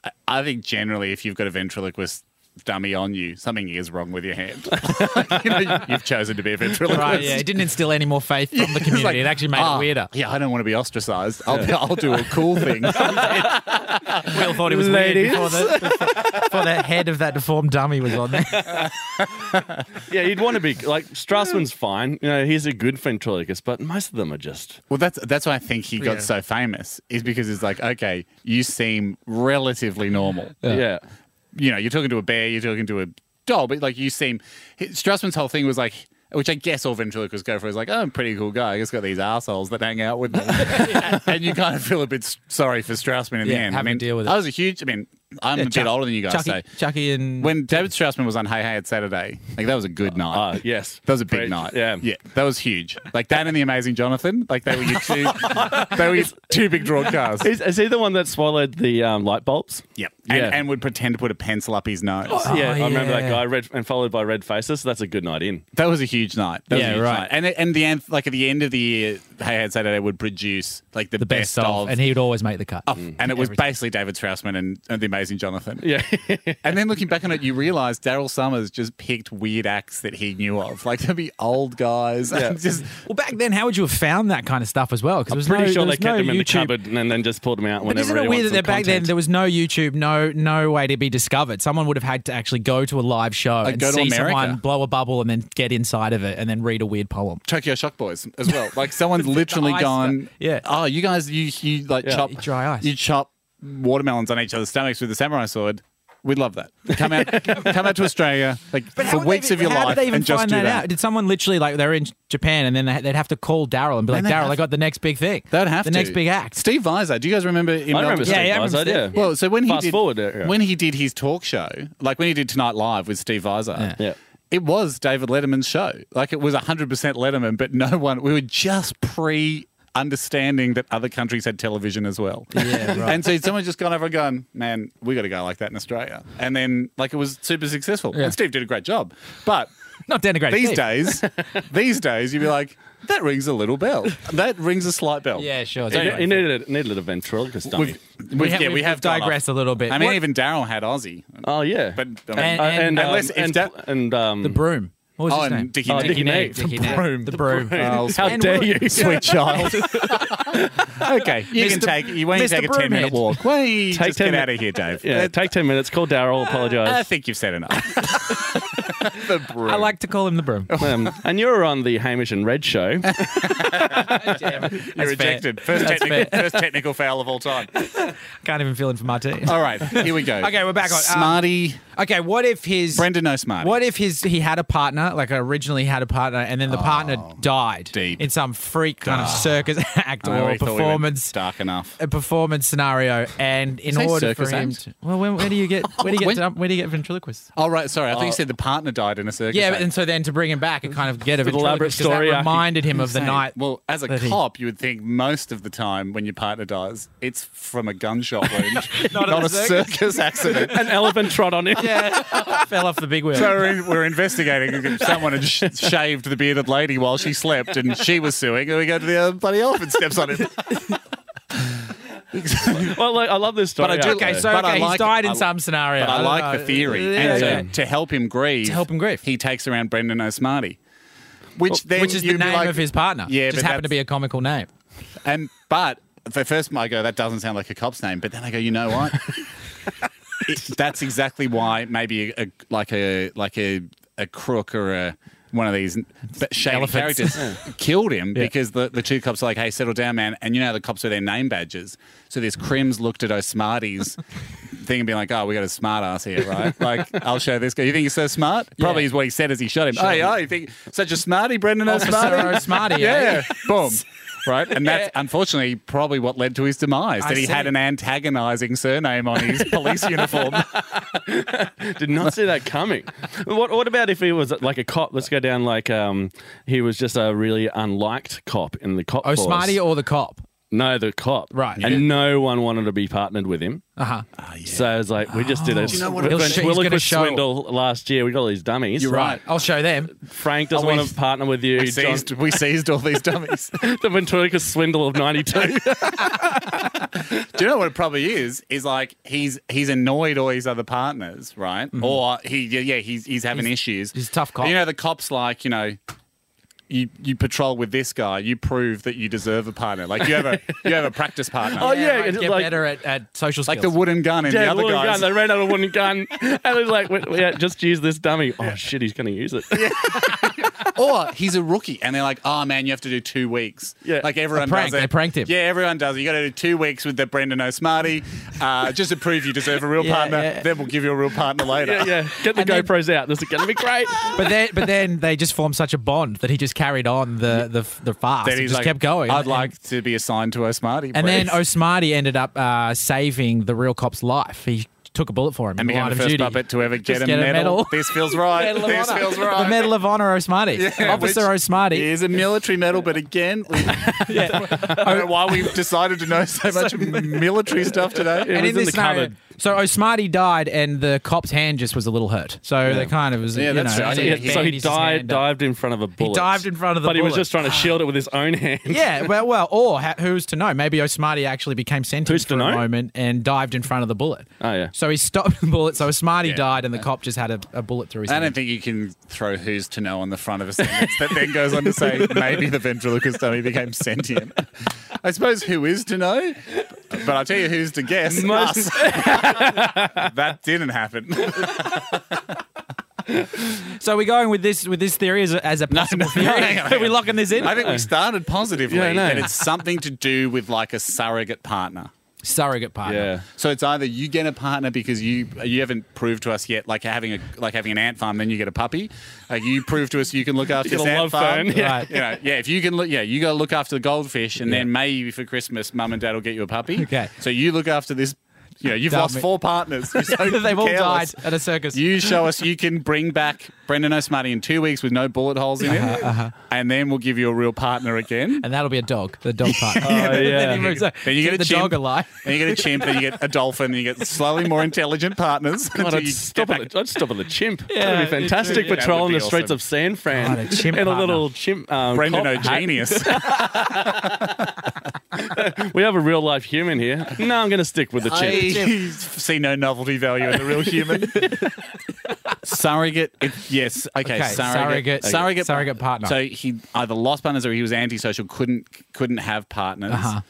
Speaker 4: I, I think generally if you've got a ventriloquist dummy on you, something is wrong with your hand. [LAUGHS] you know, you've chosen to be a
Speaker 1: [LAUGHS]
Speaker 4: ventriloquist.
Speaker 1: right. Yeah, it didn't instill any more faith from the
Speaker 4: [LAUGHS] It's
Speaker 1: community.
Speaker 4: like,
Speaker 1: it actually made
Speaker 4: "Ah,
Speaker 1: it weirder.
Speaker 4: Yeah, I don't want to be ostracized. I'll, I'll do a cool thing.
Speaker 1: Will thought it was
Speaker 5: Ladies.
Speaker 1: weird before the, before the head of that deformed dummy was on
Speaker 4: [LAUGHS]
Speaker 1: there.
Speaker 5: Yeah, you'd want to be like Strassman's fine. You know, he's a good ventriloquist, but most of them are just.
Speaker 4: Well, that's that's why I think he got so famous is because it's like, okay, you seem relatively normal.
Speaker 5: Yeah.
Speaker 4: you know, you're talking to a bear, you're talking to a doll, but like you seem. Strassman's whole thing was like, which I guess all ventriloquists go for is like, oh, I'm a pretty cool guy. I just got these assholes that hang
Speaker 1: [LAUGHS]
Speaker 4: out with me. [LAUGHS] and you kind of feel a bit s- sorry for Strassman in
Speaker 1: Yeah,
Speaker 4: the end. I
Speaker 1: having to
Speaker 4: mean,
Speaker 1: deal with it.
Speaker 4: I was a huge, I mean, I'm a bit
Speaker 1: Chuck-
Speaker 4: older than you guys,
Speaker 1: Chucky,
Speaker 4: so.
Speaker 1: Chucky and
Speaker 4: When David Strassman was on Hey Hey It's Saturday, like that was a
Speaker 1: Uh,
Speaker 4: good night.
Speaker 5: Ah, yes.
Speaker 4: That was a big
Speaker 5: Great.
Speaker 4: night.
Speaker 5: Yeah.
Speaker 4: yeah, that was huge. Like that and the Amazing Jonathan, like they were your two,
Speaker 1: [LAUGHS]
Speaker 4: they were your two big broadcasts.
Speaker 5: Is, is he the one that swallowed the um, light bulbs?
Speaker 4: Yep. And,
Speaker 5: Yeah.
Speaker 4: and would pretend to put a pencil up his nose.
Speaker 5: yeah, I remember
Speaker 1: Oh, yeah.
Speaker 5: that guy. Red and followed by red faces. So that's a good night in.
Speaker 4: That was a huge night. That was a
Speaker 1: Yeah,
Speaker 4: huge
Speaker 1: right.
Speaker 4: night. And and the anth- like at the end of the year, Hey Had Saturday would produce like the, Oh,
Speaker 1: the best, of, and he would always make the cut.
Speaker 4: and it was basically David Strassman and, and the amazing Jonathan.
Speaker 5: [LAUGHS] Yeah,
Speaker 4: And then looking back on it, you realise Daryl Summers just picked weird acts that he knew of. Like there'd be old guys. and just
Speaker 1: Well, back then, how would you have found that kind of stuff as well? Because was
Speaker 5: pretty
Speaker 1: no, there
Speaker 5: sure they
Speaker 1: was
Speaker 5: kept
Speaker 1: no
Speaker 5: him in the
Speaker 1: YouTube.
Speaker 5: cupboard and then just pulled him out
Speaker 1: But
Speaker 5: whenever.
Speaker 1: isn't it
Speaker 5: he
Speaker 1: weird
Speaker 5: wanted
Speaker 1: that they're
Speaker 5: some
Speaker 1: back then
Speaker 5: content.
Speaker 1: there was no YouTube, no no way to be discovered. Someone would have had to actually go to a live show and
Speaker 4: go to
Speaker 1: see
Speaker 4: America.
Speaker 1: someone blow a bubble and then get inside of it and then read a weird poem.
Speaker 4: Tokyo Shock Boys as well.
Speaker 1: [LAUGHS]
Speaker 4: Like someone's literally
Speaker 1: ice
Speaker 4: gone.
Speaker 1: stuff. Yeah.
Speaker 4: Oh, you guys, you you like
Speaker 5: Yeah.
Speaker 4: chop
Speaker 1: Eat dry ice.
Speaker 4: You chop watermelons on each other's stomachs with a samurai sword. We'd love that.
Speaker 1: [LAUGHS]
Speaker 4: Come out, come out to Australia, like for
Speaker 1: would they
Speaker 4: weeks
Speaker 1: even-
Speaker 4: of your
Speaker 1: how
Speaker 4: life,
Speaker 1: did they even
Speaker 4: and just
Speaker 1: find
Speaker 4: do
Speaker 1: that,
Speaker 4: that.
Speaker 1: out? Did someone literally like they're in Japan and then they- they'd have to call Daryl and be like,
Speaker 4: they'd
Speaker 1: Daryl,
Speaker 4: have-
Speaker 1: I got the next big thing.
Speaker 4: They would have
Speaker 1: the
Speaker 4: to.
Speaker 1: next big act.
Speaker 4: Steve Visor, do you guys remember? Him
Speaker 5: I remember
Speaker 1: Yeah,
Speaker 5: Steve
Speaker 1: yeah, I
Speaker 5: Weiss, I
Speaker 1: remember
Speaker 5: did.
Speaker 4: Well, so when
Speaker 5: Fast
Speaker 4: he did,
Speaker 5: forward, yeah.
Speaker 4: when he did his talk show, like when he did Tonight Live with Steve Visor,
Speaker 5: Yeah.
Speaker 4: it was David Letterman's show. Like it was 100% Letterman, but no one, we were just pre understanding that other countries had television as well. Yeah, right. [LAUGHS] and so someone just gone over and gone, man, we got a guy like that in Australia. And then like it was super successful. And Steve did a great job. But
Speaker 1: Not denigrating
Speaker 4: these
Speaker 1: Steve. [LAUGHS]
Speaker 4: days, these days, you'd be like, that rings a little bell. That rings a slight bell.
Speaker 1: Yeah, sure.
Speaker 5: He ne- he needed, needed a ventriloquist dummy.
Speaker 4: We've, we've-
Speaker 1: have-
Speaker 4: yeah,
Speaker 1: we've-
Speaker 4: we have
Speaker 1: we've
Speaker 4: gone off.
Speaker 1: digressed a little bit.
Speaker 4: I mean,
Speaker 1: What-
Speaker 4: even Daryl had Aussie,
Speaker 5: Oh yeah,
Speaker 4: but I mean,
Speaker 1: And-
Speaker 5: Uh, and um,
Speaker 4: unless if
Speaker 5: and,
Speaker 4: that-
Speaker 5: and um,
Speaker 1: the broom. What was
Speaker 4: Oh,
Speaker 1: his
Speaker 4: and
Speaker 1: name?
Speaker 4: Dickie Oh, Nate.
Speaker 5: Dickie Nate.
Speaker 1: Dickie
Speaker 4: The
Speaker 1: Nate.
Speaker 4: broom.
Speaker 1: The broom.
Speaker 4: Oh,
Speaker 5: how
Speaker 1: and
Speaker 5: dare
Speaker 1: we're-
Speaker 4: [LAUGHS]
Speaker 5: you?
Speaker 4: sweet child. okay, you can
Speaker 1: Mr.
Speaker 4: take you won't
Speaker 1: Mr.
Speaker 4: take a ten minute
Speaker 1: Broomhead.
Speaker 4: walk. Wait,
Speaker 5: Take
Speaker 4: just
Speaker 5: 10
Speaker 4: get out of here, Dave.
Speaker 5: Yeah,
Speaker 4: Uh,
Speaker 5: take ten minutes. Call Daryl.
Speaker 4: I
Speaker 1: [LAUGHS]
Speaker 5: Apologise.
Speaker 4: think you've said [LAUGHS] enough. the broom. Oh,
Speaker 1: I like to call him the
Speaker 4: [LAUGHS]
Speaker 1: broom.
Speaker 5: Um, and you were on the Hamish and Red show.
Speaker 4: You're rejected. First technical, first technical foul of all time.
Speaker 1: Can't even feel in for my team.
Speaker 4: [LAUGHS] All right, here we go. [LAUGHS]
Speaker 1: Okay, we're back on, um,
Speaker 4: Smarty.
Speaker 1: Okay, what if his
Speaker 4: Uh, Brendan No Smarty.
Speaker 1: What if his he had a partner, like originally had a partner, and then the partner died
Speaker 4: Oh, deep.
Speaker 1: in some freak kind of circus [LAUGHS] act
Speaker 4: I
Speaker 1: or
Speaker 4: already thought we went
Speaker 1: performance?
Speaker 4: dark enough.
Speaker 1: A performance scenario, and in
Speaker 4: Say
Speaker 1: order for
Speaker 4: circus
Speaker 1: him,
Speaker 4: act?
Speaker 1: to, well, where, where do you get where do you get
Speaker 4: When-
Speaker 1: dumb- where do you get ventriloquists?
Speaker 4: oh, right, sorry. I thought you said the partner died in a circus.
Speaker 1: Yeah,
Speaker 4: act.
Speaker 1: and so then to bring him back and kind of get a
Speaker 5: With elaborate
Speaker 1: ventriloquist 'cause that
Speaker 5: story arc.
Speaker 1: reminded him of the
Speaker 4: Insane.
Speaker 1: night.
Speaker 4: Well, as a
Speaker 1: that he-
Speaker 4: cop, you would think most of the time when your partner dies, it's from a gunshot wound, not,
Speaker 1: in a
Speaker 4: a circus, accident.
Speaker 5: An elephant trod on him.
Speaker 1: yeah, [LAUGHS] fell off the big wheel.
Speaker 4: So we're, in, we're investigating if someone had sh- shaved the bearded lady while she slept, and she was suing, and we go to the other bloody elephant steps on it.
Speaker 5: Well, like, I love this story.
Speaker 4: I do-
Speaker 5: out
Speaker 1: okay,
Speaker 5: there.
Speaker 1: so
Speaker 4: But I
Speaker 1: okay, he's
Speaker 4: like-
Speaker 1: died in
Speaker 4: I-
Speaker 1: some scenario.
Speaker 4: But I
Speaker 1: don't
Speaker 4: like
Speaker 1: know.
Speaker 4: the theory,
Speaker 1: Yeah,
Speaker 4: and so
Speaker 1: yeah.
Speaker 4: to help him grieve, to
Speaker 1: help him grieve.
Speaker 4: he takes around Brendan O'Smarty, which then
Speaker 1: which is the
Speaker 4: you'd be
Speaker 1: name
Speaker 4: like-
Speaker 1: of his partner.
Speaker 4: Yeah,
Speaker 1: just
Speaker 4: but
Speaker 1: happened to be
Speaker 4: that's-
Speaker 1: a comical name.
Speaker 4: And but at first I go, that doesn't sound like a cop's name. But then I go, you know what? It- that's exactly why maybe a, a- like a like a a crook or a one of these b- shady
Speaker 1: Elephants.
Speaker 4: characters killed him because the, the two cops are like, hey, settle down, man. And you know, how the cops are their name badges. So this crims looked at O'Smarty's thing and being like, oh, we got a smart ass here, right? Like, I'll show this guy. You think he's so smart? Probably
Speaker 1: Yeah.
Speaker 4: is what he said as he shot him. Hey, oh, you think such a smarty, Brendan O'Smarty?
Speaker 1: Officer
Speaker 4: [LAUGHS]
Speaker 1: Smarty. eh?
Speaker 4: Yeah. Boom. Right. And that's unfortunately probably what led to his demise
Speaker 1: I
Speaker 4: that he had
Speaker 1: see.
Speaker 4: an antagonizing surname on his [LAUGHS] police uniform.
Speaker 5: Did not see that coming. What What about if he was like a cop? Let's go down like um, he was just a really unliked cop in the cop.
Speaker 1: Oh,
Speaker 5: force.
Speaker 1: Smarty or the cop?
Speaker 5: no, the cop.
Speaker 1: Right. Yeah.
Speaker 5: And no one wanted to be partnered with him. Ah,
Speaker 1: Uh huh.
Speaker 5: So it's like we just did a
Speaker 1: Do you
Speaker 5: you
Speaker 1: know
Speaker 5: know
Speaker 1: what it is? He's gonna show-
Speaker 5: swindle last year. We got all these dummies.
Speaker 4: You're right.
Speaker 1: I'll show them.
Speaker 5: Frank doesn't
Speaker 4: Oh, we-
Speaker 5: want to partner with you.
Speaker 4: we,
Speaker 5: John-
Speaker 4: seized, we seized all these dummies. [LAUGHS] Do
Speaker 5: [LAUGHS] the ventriloquist swindle of
Speaker 4: [LAUGHS]
Speaker 5: '92.
Speaker 4: you know what it probably is? Is like he's he's annoyed all his other partners, right? Or he yeah, he's Mm-hmm. he's having issues.
Speaker 1: he's a tough cop.
Speaker 4: You know, the cop's like, you know, you, you patrol with this guy, you prove that you deserve a partner. Like you have a you have a practice [LAUGHS] partner.
Speaker 5: Oh, yeah,
Speaker 1: right,
Speaker 5: it's
Speaker 1: get
Speaker 5: like-
Speaker 1: better at, at social skills.
Speaker 4: Like the wooden gun and the
Speaker 5: Yeah,
Speaker 4: other
Speaker 5: wooden gun.
Speaker 4: guys.
Speaker 5: They ran out of wooden
Speaker 4: [LAUGHS]
Speaker 5: gun, and it's like, we, we, yeah, just use this dummy. Oh shit, he's going to use it.
Speaker 4: or he's a rookie, and they're like, "Oh man, you have to do two weeks."
Speaker 5: Yeah.
Speaker 4: like everyone
Speaker 1: prank.
Speaker 4: does it.
Speaker 1: They pranked him.
Speaker 4: Yeah, everyone does it. You got to do two weeks with the Brendan O'Smarty, uh, just to prove you deserve a real
Speaker 1: Yeah,
Speaker 4: partner.
Speaker 1: yeah.
Speaker 4: Then we'll give you a real partner later.
Speaker 5: Yeah, yeah. Get the
Speaker 1: And then- Oh,
Speaker 5: GoPros out. This is going to
Speaker 1: [LAUGHS]
Speaker 5: be great.
Speaker 1: But then, but then they just formed such a bond that he just carried on the the, the fast.
Speaker 4: Then
Speaker 1: and
Speaker 4: he's
Speaker 1: just
Speaker 4: like,
Speaker 1: kept going.
Speaker 4: I'd
Speaker 1: And-
Speaker 4: like to be assigned to O'Smarty.
Speaker 1: And then
Speaker 4: please."
Speaker 1: O'Smarty ended up uh, saving the real cop's life. He took a bullet for him.
Speaker 4: and
Speaker 1: in
Speaker 4: became
Speaker 1: line
Speaker 4: the
Speaker 1: of
Speaker 4: first
Speaker 1: duty.
Speaker 4: puppet to ever
Speaker 1: Just
Speaker 4: get, a, medal. This feels right.
Speaker 1: Medal of
Speaker 4: [LAUGHS] this
Speaker 1: Honor.
Speaker 4: feels right.
Speaker 1: The Medal of Honor O'Smarty.
Speaker 4: [LAUGHS] Yeah,
Speaker 1: Officer
Speaker 4: which
Speaker 1: O'Smarty.
Speaker 4: is a military medal, but again,
Speaker 1: [LAUGHS]
Speaker 4: we, I don't know why we've decided to know so much military stuff today.
Speaker 1: And
Speaker 5: was
Speaker 1: in
Speaker 5: in
Speaker 1: this
Speaker 5: the
Speaker 1: scenario,
Speaker 5: cupboard.
Speaker 1: so O'Smarty died, and the cop's hand just was a little hurt. So they kind of was.
Speaker 4: Yeah,
Speaker 1: you
Speaker 4: that's
Speaker 1: know,
Speaker 4: right.
Speaker 1: they
Speaker 4: Yeah,
Speaker 1: bandaged
Speaker 5: so he
Speaker 1: his
Speaker 5: died,
Speaker 1: hand up.
Speaker 5: dived in front of a bullet.
Speaker 1: dived in front of the
Speaker 5: But he was
Speaker 1: bullet.
Speaker 5: just trying to shield it with his own hand.
Speaker 1: [LAUGHS] Yeah, well, well, or ha- who's to know? Maybe O'Smarty actually became
Speaker 5: Who's
Speaker 1: sentient
Speaker 5: to
Speaker 1: for a
Speaker 5: know?
Speaker 1: moment and dived in front of the bullet.
Speaker 5: Oh, yeah.
Speaker 1: So he stopped the bullet. So O'Smarty
Speaker 4: Yeah.
Speaker 1: died, and the cop just had a, a bullet through his
Speaker 4: I
Speaker 1: hand.
Speaker 4: don't think you can throw who's to know on the front of a sentence that then goes on
Speaker 5: [LAUGHS]
Speaker 4: to say maybe the ventriloquist dummy became sentient. I suppose who is to know, but I'll tell you who's to guess.
Speaker 5: [LAUGHS] Most-
Speaker 4: us. That didn't [LAUGHS] happen.
Speaker 1: So we're going with this with this theory as a, as a possible
Speaker 4: no,
Speaker 1: theory.
Speaker 4: hang on,
Speaker 1: [LAUGHS]
Speaker 4: hang
Speaker 1: Are we
Speaker 4: on.
Speaker 1: locking this in?
Speaker 4: I think we started positively,
Speaker 5: Yeah, I know.
Speaker 4: and it's something to do with like a surrogate partner.
Speaker 1: Surrogate partner.
Speaker 5: Yeah.
Speaker 4: So it's either you get a partner because you you haven't proved to us yet, like having a like having an ant farm, then you get a puppy. Like you prove to us
Speaker 1: [LAUGHS]
Speaker 4: you can look after
Speaker 5: get
Speaker 4: this
Speaker 5: a
Speaker 4: ant
Speaker 5: love
Speaker 4: farm.
Speaker 5: phone, yeah.
Speaker 1: Right.
Speaker 4: You know, yeah, if you can look, yeah, you got to look after the goldfish, and then maybe for Christmas, mum and dad will get you a puppy.
Speaker 1: Okay.
Speaker 4: So you look after this. You know, you've
Speaker 1: Dumb
Speaker 4: lost
Speaker 1: it. [LAUGHS]
Speaker 4: four partners. You're so
Speaker 1: They've all died
Speaker 4: careless.
Speaker 1: at a circus.
Speaker 4: You show us you can bring back Brendan O'Smarty in two weeks with no bullet holes in him,
Speaker 1: Uh-huh,
Speaker 4: and then we'll give you a real partner again.
Speaker 1: [LAUGHS] and that'll be a dog. The
Speaker 4: [LAUGHS]
Speaker 1: dog part.
Speaker 5: Oh, yeah.
Speaker 1: [LAUGHS] Then he moves on.
Speaker 4: Then you get
Speaker 1: Keep
Speaker 4: a
Speaker 1: the
Speaker 4: chimp,
Speaker 1: dog alive.
Speaker 4: Then you get a chimp, then you get a dolphin, then you get slowly more intelligent partners.
Speaker 5: God,
Speaker 4: [LAUGHS] until
Speaker 5: [LAUGHS] I'd
Speaker 4: you
Speaker 5: stop,
Speaker 4: get
Speaker 5: at
Speaker 4: back-
Speaker 5: the, I'd stop at the chimp.
Speaker 1: Yeah,
Speaker 5: That'd be
Speaker 1: me too,
Speaker 5: fantastic
Speaker 1: yeah.
Speaker 5: patrol
Speaker 4: That would
Speaker 5: in
Speaker 4: be
Speaker 5: the streets
Speaker 4: awesome.
Speaker 5: of San Fran.
Speaker 1: God, a chimp
Speaker 5: and a
Speaker 1: partner.
Speaker 5: little chimp. Um,
Speaker 4: Brendan
Speaker 5: cop hat.
Speaker 4: O'Genius. [LAUGHS]
Speaker 5: We have a real life human here. No, I'm going to stick with the chimp.
Speaker 4: I see no novelty value in the real human. [LAUGHS] surrogate. it- yes. Okay.
Speaker 1: Okay, surrogate-
Speaker 4: surrogate.
Speaker 1: surrogate partner.
Speaker 4: So he either lost partners or he was antisocial, couldn't couldn't have partners.
Speaker 1: Uh-huh.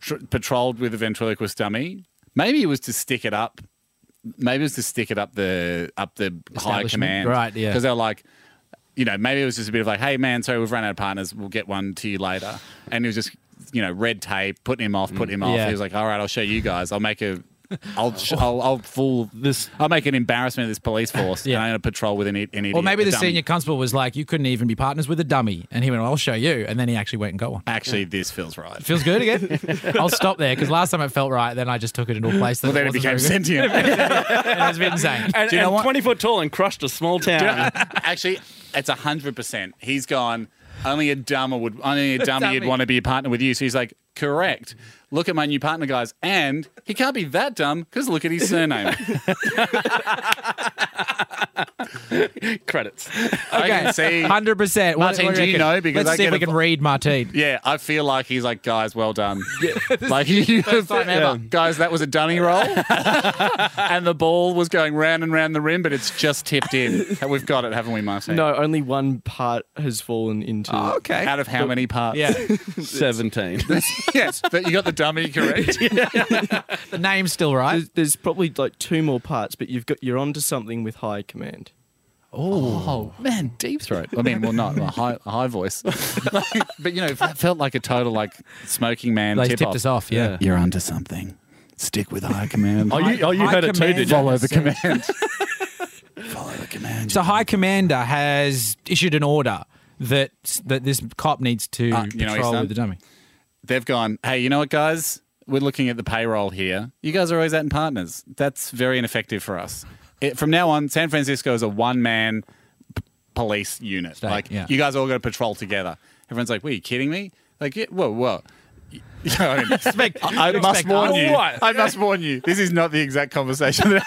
Speaker 4: Tr- patrolled with a ventriloquist dummy. Maybe it was to stick it up. Maybe it was to stick it up the up the high
Speaker 1: Establishment.
Speaker 4: command.
Speaker 1: Right, yeah.
Speaker 4: Because they're like. You know, maybe it was just a bit of like, "Hey, man, sorry, we've run out of partners. We'll get one to you later." And it was just, you know, red tape, putting him off, putting him off.
Speaker 1: Mm, Yeah.
Speaker 4: He was like, "All right, I'll show you guys. I'll make a,
Speaker 1: [LAUGHS]
Speaker 4: I'll, sh- I'll, I'll fool
Speaker 5: This-
Speaker 4: I'll make an embarrassment of this police
Speaker 1: [LAUGHS]
Speaker 4: force.
Speaker 1: Yeah.
Speaker 4: and I'm going to patrol with an, i- an idiot.
Speaker 1: Or maybe
Speaker 4: a
Speaker 1: the
Speaker 4: dummy."
Speaker 1: senior constable was like, "You couldn't even be partners with a dummy," and he went, well, "I'll show you." And then he actually went and got one. [LAUGHS]
Speaker 4: Actually, this feels right.
Speaker 1: Feels good
Speaker 4: [LAUGHS]
Speaker 1: again. I'll stop there because last time it felt right. Then I just took it into a place that
Speaker 4: well, then it
Speaker 1: wasn't
Speaker 4: became
Speaker 1: very good. [LAUGHS]
Speaker 4: sentient.
Speaker 1: and it was a bit insane.
Speaker 4: [LAUGHS]
Speaker 5: And,
Speaker 4: Do you know
Speaker 5: and
Speaker 4: what?
Speaker 5: 20 foot tall and crushed a small
Speaker 4: [LAUGHS]
Speaker 5: town.
Speaker 4: Actually, it's hundred percent. He's gone. Only a dumber would.
Speaker 1: [LAUGHS]
Speaker 4: Only a dummy would
Speaker 1: Dummy.
Speaker 4: want to be a partner with you. So he's like, correct. Look at my new partner, guys, and he can't be that dumb because look at
Speaker 1: [LAUGHS]
Speaker 4: his surname.
Speaker 5: Credits.
Speaker 4: I can see.
Speaker 1: hundred percent.
Speaker 4: Martin, do you know? Because
Speaker 1: let's
Speaker 4: I
Speaker 1: see if
Speaker 4: get
Speaker 1: we
Speaker 4: a-
Speaker 1: can read
Speaker 4: [LAUGHS]
Speaker 1: Martin.
Speaker 4: Yeah, I feel like he's like, guys,
Speaker 1: [LAUGHS]
Speaker 4: well done. [LAUGHS] like you, [LAUGHS]
Speaker 1: time ever.
Speaker 4: guys, that was a dummy roll, [LAUGHS] and the ball was going round and round the rim, but it's just
Speaker 1: [LAUGHS]
Speaker 4: tipped in. We've got it, haven't we, Martin?
Speaker 2: No, only one part has fallen into.
Speaker 1: Oh, okay.
Speaker 4: Out of how many parts?
Speaker 1: yeah,
Speaker 5: 17.
Speaker 4: [LAUGHS] yes. That you got the dummy correct.
Speaker 1: the name's still right.
Speaker 2: There's, there's probably like two more parts, but you've got you're onto something with high command.
Speaker 4: Oh man, deep throat. I mean, well, not a high, a high voice, [LAUGHS] but you know, that felt like a total like smoking man.
Speaker 1: They
Speaker 4: tip
Speaker 1: tipped us off. Yeah.
Speaker 4: You're onto something. Stick with high command.
Speaker 5: Oh, you, oh, you
Speaker 1: High
Speaker 5: heard it too,
Speaker 1: command.
Speaker 5: did you?
Speaker 4: [LAUGHS] Follow the
Speaker 1: [LAUGHS]
Speaker 4: command. Follow the command.
Speaker 1: So High Commander has issued an order that that this cop needs to
Speaker 4: Uh, you know what he's
Speaker 1: patrol
Speaker 4: done?
Speaker 1: with the dummy.
Speaker 4: they've gone, hey, you know what, guys? We're looking at the payroll here. You guys are always out in partners. That's very ineffective for us. It, from now on, San Francisco is a one man p- police unit.
Speaker 1: State,
Speaker 4: like,
Speaker 1: yeah.
Speaker 4: you guys all got to patrol together. Everyone's like, were you kidding me? Like, yeah, whoa, whoa. [LAUGHS] I, mean, I, I must
Speaker 1: expect
Speaker 4: warn
Speaker 5: us.
Speaker 4: you.
Speaker 5: What?
Speaker 4: I must warn you. This is not the exact conversation that I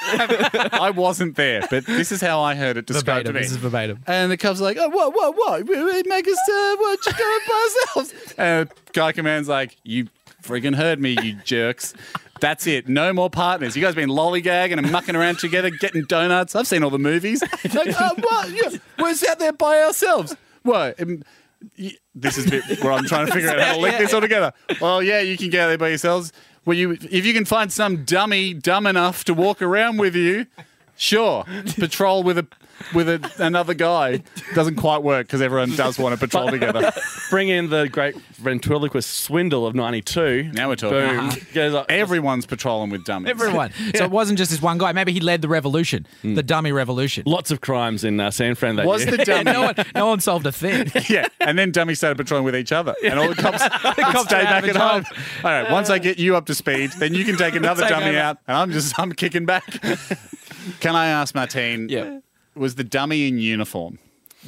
Speaker 4: had. [LAUGHS] I wasn't there, but this is how I heard it described
Speaker 1: Verbatim.
Speaker 4: to me.
Speaker 1: This is verbatim.
Speaker 4: And the cop's like, oh, what, what, what? We, we make us uh, what, just go by ourselves. [LAUGHS] And Guy Command's like, you freaking heard me, you jerks. That's it. No more partners. You guys been lollygagging and mucking around together, getting donuts. I've seen all the movies. [LAUGHS] Like, oh, what? Yeah, we're just out there by ourselves. What? Um, y- this is a bit where I'm trying to figure out how to link this all together. Well, yeah, you can go there by yourselves. Well, you if you can find some dummy dumb enough to walk around with you, Sure, patrol with a with a, another guy doesn't quite work because everyone does want to patrol together.
Speaker 5: Bring in the great ventriloquist swindle of 92.
Speaker 4: Now we're talking.
Speaker 5: Boom.
Speaker 4: [LAUGHS]
Speaker 5: Goes like,
Speaker 4: Everyone's patrolling with dummies.
Speaker 1: [LAUGHS] Everyone. So it wasn't just this one guy. Maybe he led the revolution, the dummy revolution. [LAUGHS]
Speaker 5: lots of crimes in uh, San Fran that
Speaker 4: was
Speaker 5: year.
Speaker 4: the dummy.
Speaker 1: And no one, no one solved a thing.
Speaker 4: yeah, and then dummies started patrolling with each other, and all the cops, would
Speaker 1: cops
Speaker 4: stay
Speaker 1: are out
Speaker 4: back
Speaker 1: of
Speaker 4: at
Speaker 1: a
Speaker 4: home.
Speaker 1: job.
Speaker 4: All right, once I get you up to speed, then you can take another
Speaker 1: Take
Speaker 4: dummy
Speaker 1: over.
Speaker 4: out, and I'm just I'm kicking back. can I ask Martine?
Speaker 2: Yeah.
Speaker 4: was the dummy in uniform?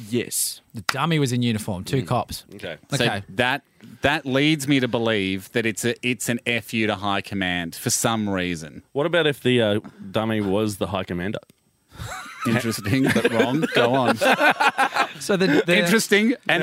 Speaker 2: Yes.
Speaker 1: The dummy was in uniform, two cops.
Speaker 5: Okay.
Speaker 1: Okay.
Speaker 4: So that that leads me to believe that it's a it's an fu to high command for some
Speaker 1: [LAUGHS]
Speaker 4: reason.
Speaker 5: What about if the uh, dummy was the high commander?
Speaker 4: Interesting but wrong.
Speaker 1: [LAUGHS]
Speaker 4: Go on.
Speaker 1: So the, the,
Speaker 4: Interesting and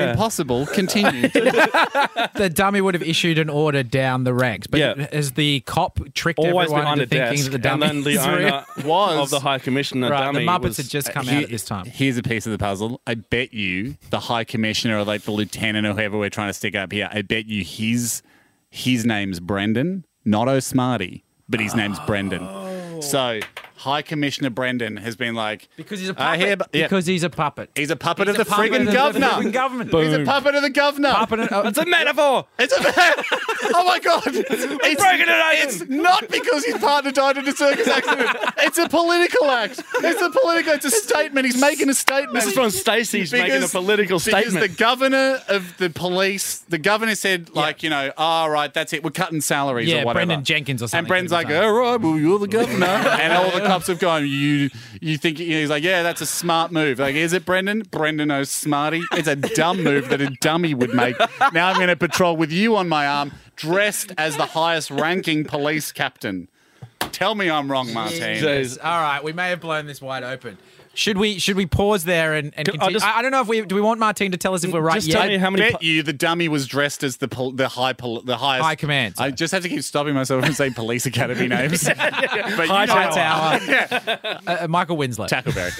Speaker 1: [LAUGHS]
Speaker 4: impossible. Continue.
Speaker 1: the dummy would have issued an order down the ranks. But
Speaker 5: Yeah.
Speaker 1: has the cop tricked
Speaker 5: Always
Speaker 1: everyone
Speaker 5: behind a
Speaker 1: into thinking
Speaker 5: desk,
Speaker 1: that the
Speaker 5: and
Speaker 1: dummy [LAUGHS]
Speaker 5: then the
Speaker 1: is real?
Speaker 5: owner
Speaker 4: Was.
Speaker 5: of the high commissioner
Speaker 1: Right, the
Speaker 5: dummy
Speaker 1: Muppets
Speaker 5: was,
Speaker 1: had just come out
Speaker 4: Here-
Speaker 1: at this time.
Speaker 4: Here's a piece of the puzzle. I bet you the High Commissioner or like the Lieutenant or whoever we're trying to stick up here, I bet you his his name's Brendan, not O'Smarty, but his name's Brendan. So High Commissioner Brendan has been like
Speaker 1: Oh. Because he's a
Speaker 4: I
Speaker 1: puppet.
Speaker 4: hear, yeah,
Speaker 1: Because he's a puppet.
Speaker 4: he's a puppet
Speaker 1: He's
Speaker 4: of
Speaker 1: a
Speaker 4: the
Speaker 1: puppet of
Speaker 4: friggin'
Speaker 1: the [LAUGHS]
Speaker 4: governor.
Speaker 1: friggin' government.
Speaker 4: He's a puppet of the governor.
Speaker 1: Puppet and- oh,
Speaker 5: [LAUGHS] It's a metaphor. [LAUGHS]
Speaker 4: It's a Oh my god! It's,
Speaker 5: breaking it open.
Speaker 4: it's not because his partner died in a circus accident. It's a political act. It's a political. It's a statement. He's making a statement.
Speaker 5: This is from Stacey's making a
Speaker 4: Because-
Speaker 5: political
Speaker 4: because
Speaker 5: statement.
Speaker 4: the governor of the police, the governor said, like, you know, all right, that's it. We're cutting salaries
Speaker 1: Yeah,
Speaker 4: or whatever.
Speaker 1: Brendan Jenkins or
Speaker 4: And
Speaker 1: something
Speaker 4: Brendan's
Speaker 1: could've
Speaker 4: like,
Speaker 1: done it.
Speaker 4: all right, well, you're
Speaker 1: [LAUGHS]
Speaker 4: the governor. and all the cops have gone, you you think, you know, he's like, yeah, that's a smart move. Like, is it Brendan? Brendan knows smarty. It's a dumb move that a dummy would make. Now I'm going to patrol with you on my arm, dressed as the highest ranking police captain. Tell me I'm wrong, Martine.
Speaker 5: Jeez.
Speaker 1: All right, we may have blown this wide open. Should we should we pause there and, and
Speaker 5: Can I
Speaker 1: continue? I,
Speaker 5: just-
Speaker 1: I don't know if we do we want Martine to tell us if we're right
Speaker 5: just
Speaker 1: yet.
Speaker 5: tell me how many.
Speaker 4: bet
Speaker 5: pu-
Speaker 4: you the dummy was dressed as the pol- the high pol- the highest
Speaker 1: High command.
Speaker 4: I just have to keep stopping myself from saying police
Speaker 1: [LAUGHS]
Speaker 4: academy names. But
Speaker 1: High
Speaker 4: you know
Speaker 1: Tower.
Speaker 4: what?
Speaker 1: [LAUGHS] Uh, uh, Michael Winslow.
Speaker 4: Tackleberry.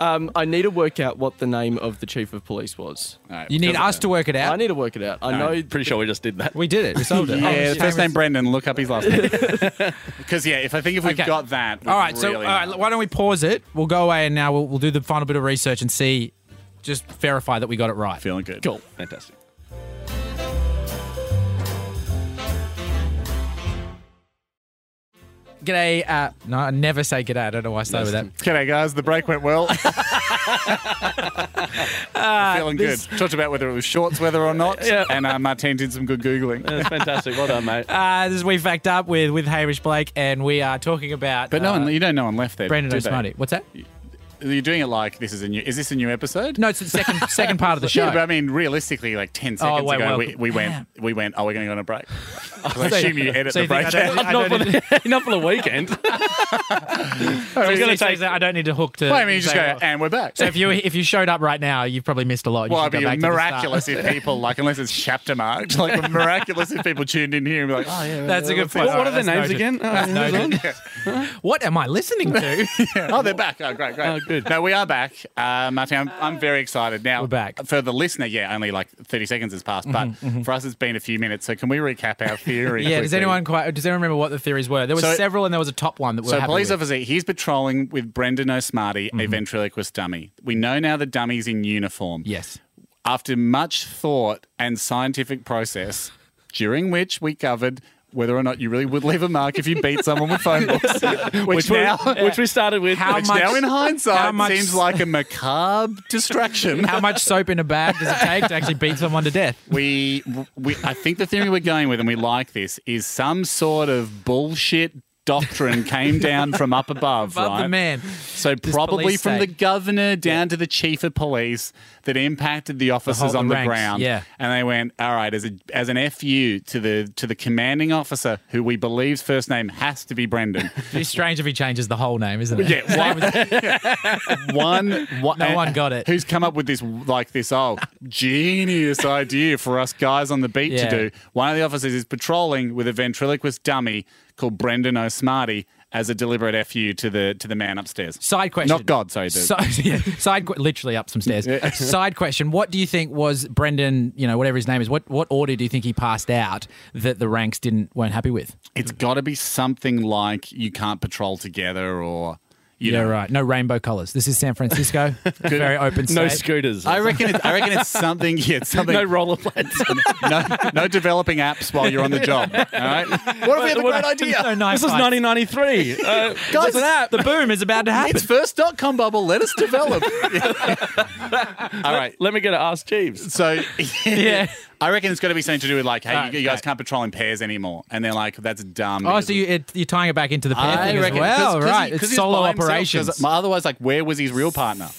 Speaker 2: Um, I need to work out what the name of the chief of police was.
Speaker 4: All right,
Speaker 1: you need
Speaker 4: doesn't
Speaker 1: us
Speaker 4: matter.
Speaker 1: to work it out.
Speaker 2: I need to work it out. I know.
Speaker 5: Pretty sure we just did that.
Speaker 1: we did it. We solved it.
Speaker 4: [LAUGHS]
Speaker 1: Oh,
Speaker 4: Yeah, first
Speaker 1: shame.
Speaker 4: name Brendan. Look up his last name. [LAUGHS] Because yeah, if I think if we've
Speaker 1: Okay.
Speaker 4: got that, we've
Speaker 1: All right, so all
Speaker 4: really-
Speaker 1: right, why don't we pause it? We'll go away and now we'll, we'll do the final bit of research and see, just verify that we got it right.
Speaker 4: feeling good.
Speaker 2: Cool.
Speaker 5: Fantastic.
Speaker 1: G'day. Uh, no, I never say g'day. I don't know why I started with that.
Speaker 4: G'day guys, the break went
Speaker 1: [LAUGHS]
Speaker 4: [LAUGHS] well.
Speaker 1: Uh,
Speaker 4: feeling good. Talked about whether it was shorts weather or
Speaker 1: [LAUGHS]
Speaker 4: not,
Speaker 5: Yeah.
Speaker 4: and uh, Martine did some good googling.
Speaker 5: That's fantastic. Well done, mate.
Speaker 1: Uh, this is We Fact Up with, with Hamish Blake, and we are talking about.
Speaker 4: But no
Speaker 1: uh,
Speaker 4: one, you don't know one left there.
Speaker 1: Brendan
Speaker 4: do they?
Speaker 1: O'Smarty. What's that?
Speaker 4: You're doing it like this is a new. Is this a new episode?
Speaker 1: No, it's the second second part of
Speaker 4: [LAUGHS]
Speaker 1: the show. Oh,
Speaker 4: Yeah, but I mean, realistically, like ten seconds
Speaker 1: wait,
Speaker 4: ago,
Speaker 1: well,
Speaker 4: we, we went, we went. Oh, we're going to go on
Speaker 1: [LAUGHS]
Speaker 4: a break. 'Cause I
Speaker 1: So-
Speaker 4: assume you edit
Speaker 1: so
Speaker 4: the
Speaker 1: you think I
Speaker 4: break.
Speaker 1: don't- [LAUGHS]
Speaker 4: [LAUGHS]
Speaker 1: I
Speaker 5: not, [LAUGHS]
Speaker 1: don't
Speaker 5: for
Speaker 1: need-
Speaker 5: the, not for
Speaker 1: [LAUGHS]
Speaker 5: the weekend.
Speaker 1: so you
Speaker 5: gonna
Speaker 1: think
Speaker 5: take-
Speaker 1: that I don't need to hook to.
Speaker 4: Well, I mean, you just
Speaker 1: say-
Speaker 4: go, and we're back.
Speaker 1: So if you if you showed up right now, you've probably missed a lot. You
Speaker 4: well,
Speaker 1: should go
Speaker 4: it'd be
Speaker 1: back to the start.
Speaker 4: miraculous if people like, unless it's chapter marked, like miraculous if people tuned in here and be like, oh yeah,
Speaker 1: That's a good point.
Speaker 5: What, what are
Speaker 1: All
Speaker 5: the
Speaker 1: right,
Speaker 5: names
Speaker 1: that's
Speaker 5: again?
Speaker 1: [LAUGHS]
Speaker 5: Oh,
Speaker 1: noted.
Speaker 4: [LAUGHS]
Speaker 5: who's on?
Speaker 1: That's noted. what am I listening to?
Speaker 4: oh, they're back. Oh, great, great.
Speaker 5: Oh, good.
Speaker 4: No, we are back. Uh, Martin, I'm, I'm very excited. Now,
Speaker 1: We're back. Mm-hmm,
Speaker 4: For the listener, yeah, only like 30 seconds has passed, but for us, it's been a few minutes. So, can we recap
Speaker 1: [LAUGHS]
Speaker 4: our theory?
Speaker 1: [LAUGHS] yeah, does
Speaker 4: quickly?
Speaker 1: anyone quite does anyone remember what the theories were? There were
Speaker 4: So-
Speaker 1: several, and there was a top one that we were
Speaker 4: So,
Speaker 1: happy
Speaker 4: police
Speaker 1: with. Mm-hmm.
Speaker 4: officer, he's patrolling with Brendan O'Smarty, a ventriloquist dummy. We know now the dummy's in uniform. [LAUGHS]
Speaker 1: Yes.
Speaker 4: After much thought and scientific process, during which we covered whether or not you really would leave a mark if you
Speaker 1: [LAUGHS]
Speaker 4: beat someone with phone books, which,
Speaker 5: we-
Speaker 4: now.
Speaker 5: which we started with.
Speaker 1: How
Speaker 4: Which
Speaker 1: much-
Speaker 4: now, in
Speaker 1: how
Speaker 4: hindsight,
Speaker 1: much-
Speaker 4: seems like a macabre
Speaker 1: [LAUGHS] [LAUGHS]
Speaker 4: distraction.
Speaker 1: How much soap in a bag does it take to actually beat someone to death?
Speaker 4: we, we I think the theory we're going with, and we like this, is some sort of bullshit doctrine came down from up above,
Speaker 1: Above
Speaker 4: [LAUGHS] right?
Speaker 1: the man.
Speaker 4: So probably
Speaker 1: police
Speaker 4: from the
Speaker 1: state.
Speaker 4: governor down to the chief of police that impacted the officers
Speaker 1: the
Speaker 4: on the
Speaker 1: ranks,
Speaker 4: ground.
Speaker 1: yeah.
Speaker 4: And they went, all right, as a as an FU to the to the commanding officer who we believe's first name has to
Speaker 1: [LAUGHS]
Speaker 4: be Brendan.
Speaker 1: It'd be strange if he changes the whole name, isn't it? [LAUGHS]
Speaker 4: Yeah, one, one, one- uh,
Speaker 1: No one got it.
Speaker 4: Who's come up with this like this?
Speaker 1: [LAUGHS]
Speaker 4: Oh, genius idea for us guys on the beat
Speaker 1: Yeah.
Speaker 4: to do. One of the officers is patrolling with a ventriloquist dummy called Brendan O'Smarty. as a deliberate fu to the to the man upstairs.
Speaker 1: Side question.
Speaker 4: Not God, sorry, the-
Speaker 1: So, [LAUGHS] yeah, side que- literally up some stairs.
Speaker 4: [LAUGHS]
Speaker 1: Side question. What do you think was Brendan? You know, whatever his name is. What what order do you think he passed out that the ranks didn't weren't happy with?
Speaker 4: It's got to be something like you can't patrol together or you
Speaker 1: yeah,
Speaker 4: know.
Speaker 1: right. No rainbow colors. This is San
Speaker 4: [LAUGHS]
Speaker 1: Francisco. Very open. State.
Speaker 5: No scooters.
Speaker 4: I reckon. It's, I reckon it's something. Yeah, it's something.
Speaker 5: no rollerblades.
Speaker 4: no, no developing apps while you're on the job. All right.
Speaker 2: What if we have a great
Speaker 1: There's
Speaker 2: idea?
Speaker 1: no nice
Speaker 5: this is
Speaker 1: lights.
Speaker 5: 1993. Uh,
Speaker 1: Guys, the boom is about to happen.
Speaker 4: It's first dot com bubble. Let us
Speaker 2: [LAUGHS]
Speaker 4: develop. All right.
Speaker 5: let me get to Ask Jeeves.
Speaker 4: So [LAUGHS]
Speaker 1: Yeah.
Speaker 4: I reckon it's got to be something to do with like, hey, you, you guys
Speaker 1: Okay.
Speaker 4: can't patrol in pairs anymore, and they're like, that's dumb.
Speaker 1: Oh,
Speaker 4: because
Speaker 1: so you, it, you're tying it back into the pair
Speaker 4: I
Speaker 1: thing
Speaker 4: reckon
Speaker 1: as well,
Speaker 4: he-
Speaker 1: right? it's
Speaker 4: he was
Speaker 1: solo
Speaker 4: by himself, 'cause
Speaker 1: operations.
Speaker 4: otherwise, like, where was his
Speaker 1: [LAUGHS]
Speaker 4: real partner?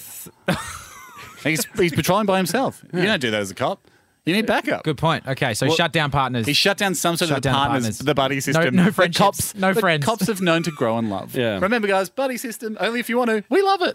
Speaker 4: he's, he's patrolling by himself. You don't do that as a cop. You need backup.
Speaker 1: Good point. Okay, so shut down partners.
Speaker 4: He shut down some sort
Speaker 1: Shut
Speaker 4: of the
Speaker 1: down the
Speaker 4: partners,
Speaker 1: partners.
Speaker 4: the buddy system.
Speaker 1: no
Speaker 4: that
Speaker 1: friendships,
Speaker 4: cops,
Speaker 1: no
Speaker 4: that
Speaker 1: friends.
Speaker 4: Cops have known to grow and love.
Speaker 5: Yeah.
Speaker 4: Remember, guys, buddy system only if you want to. We
Speaker 1: [LAUGHS]
Speaker 4: love it.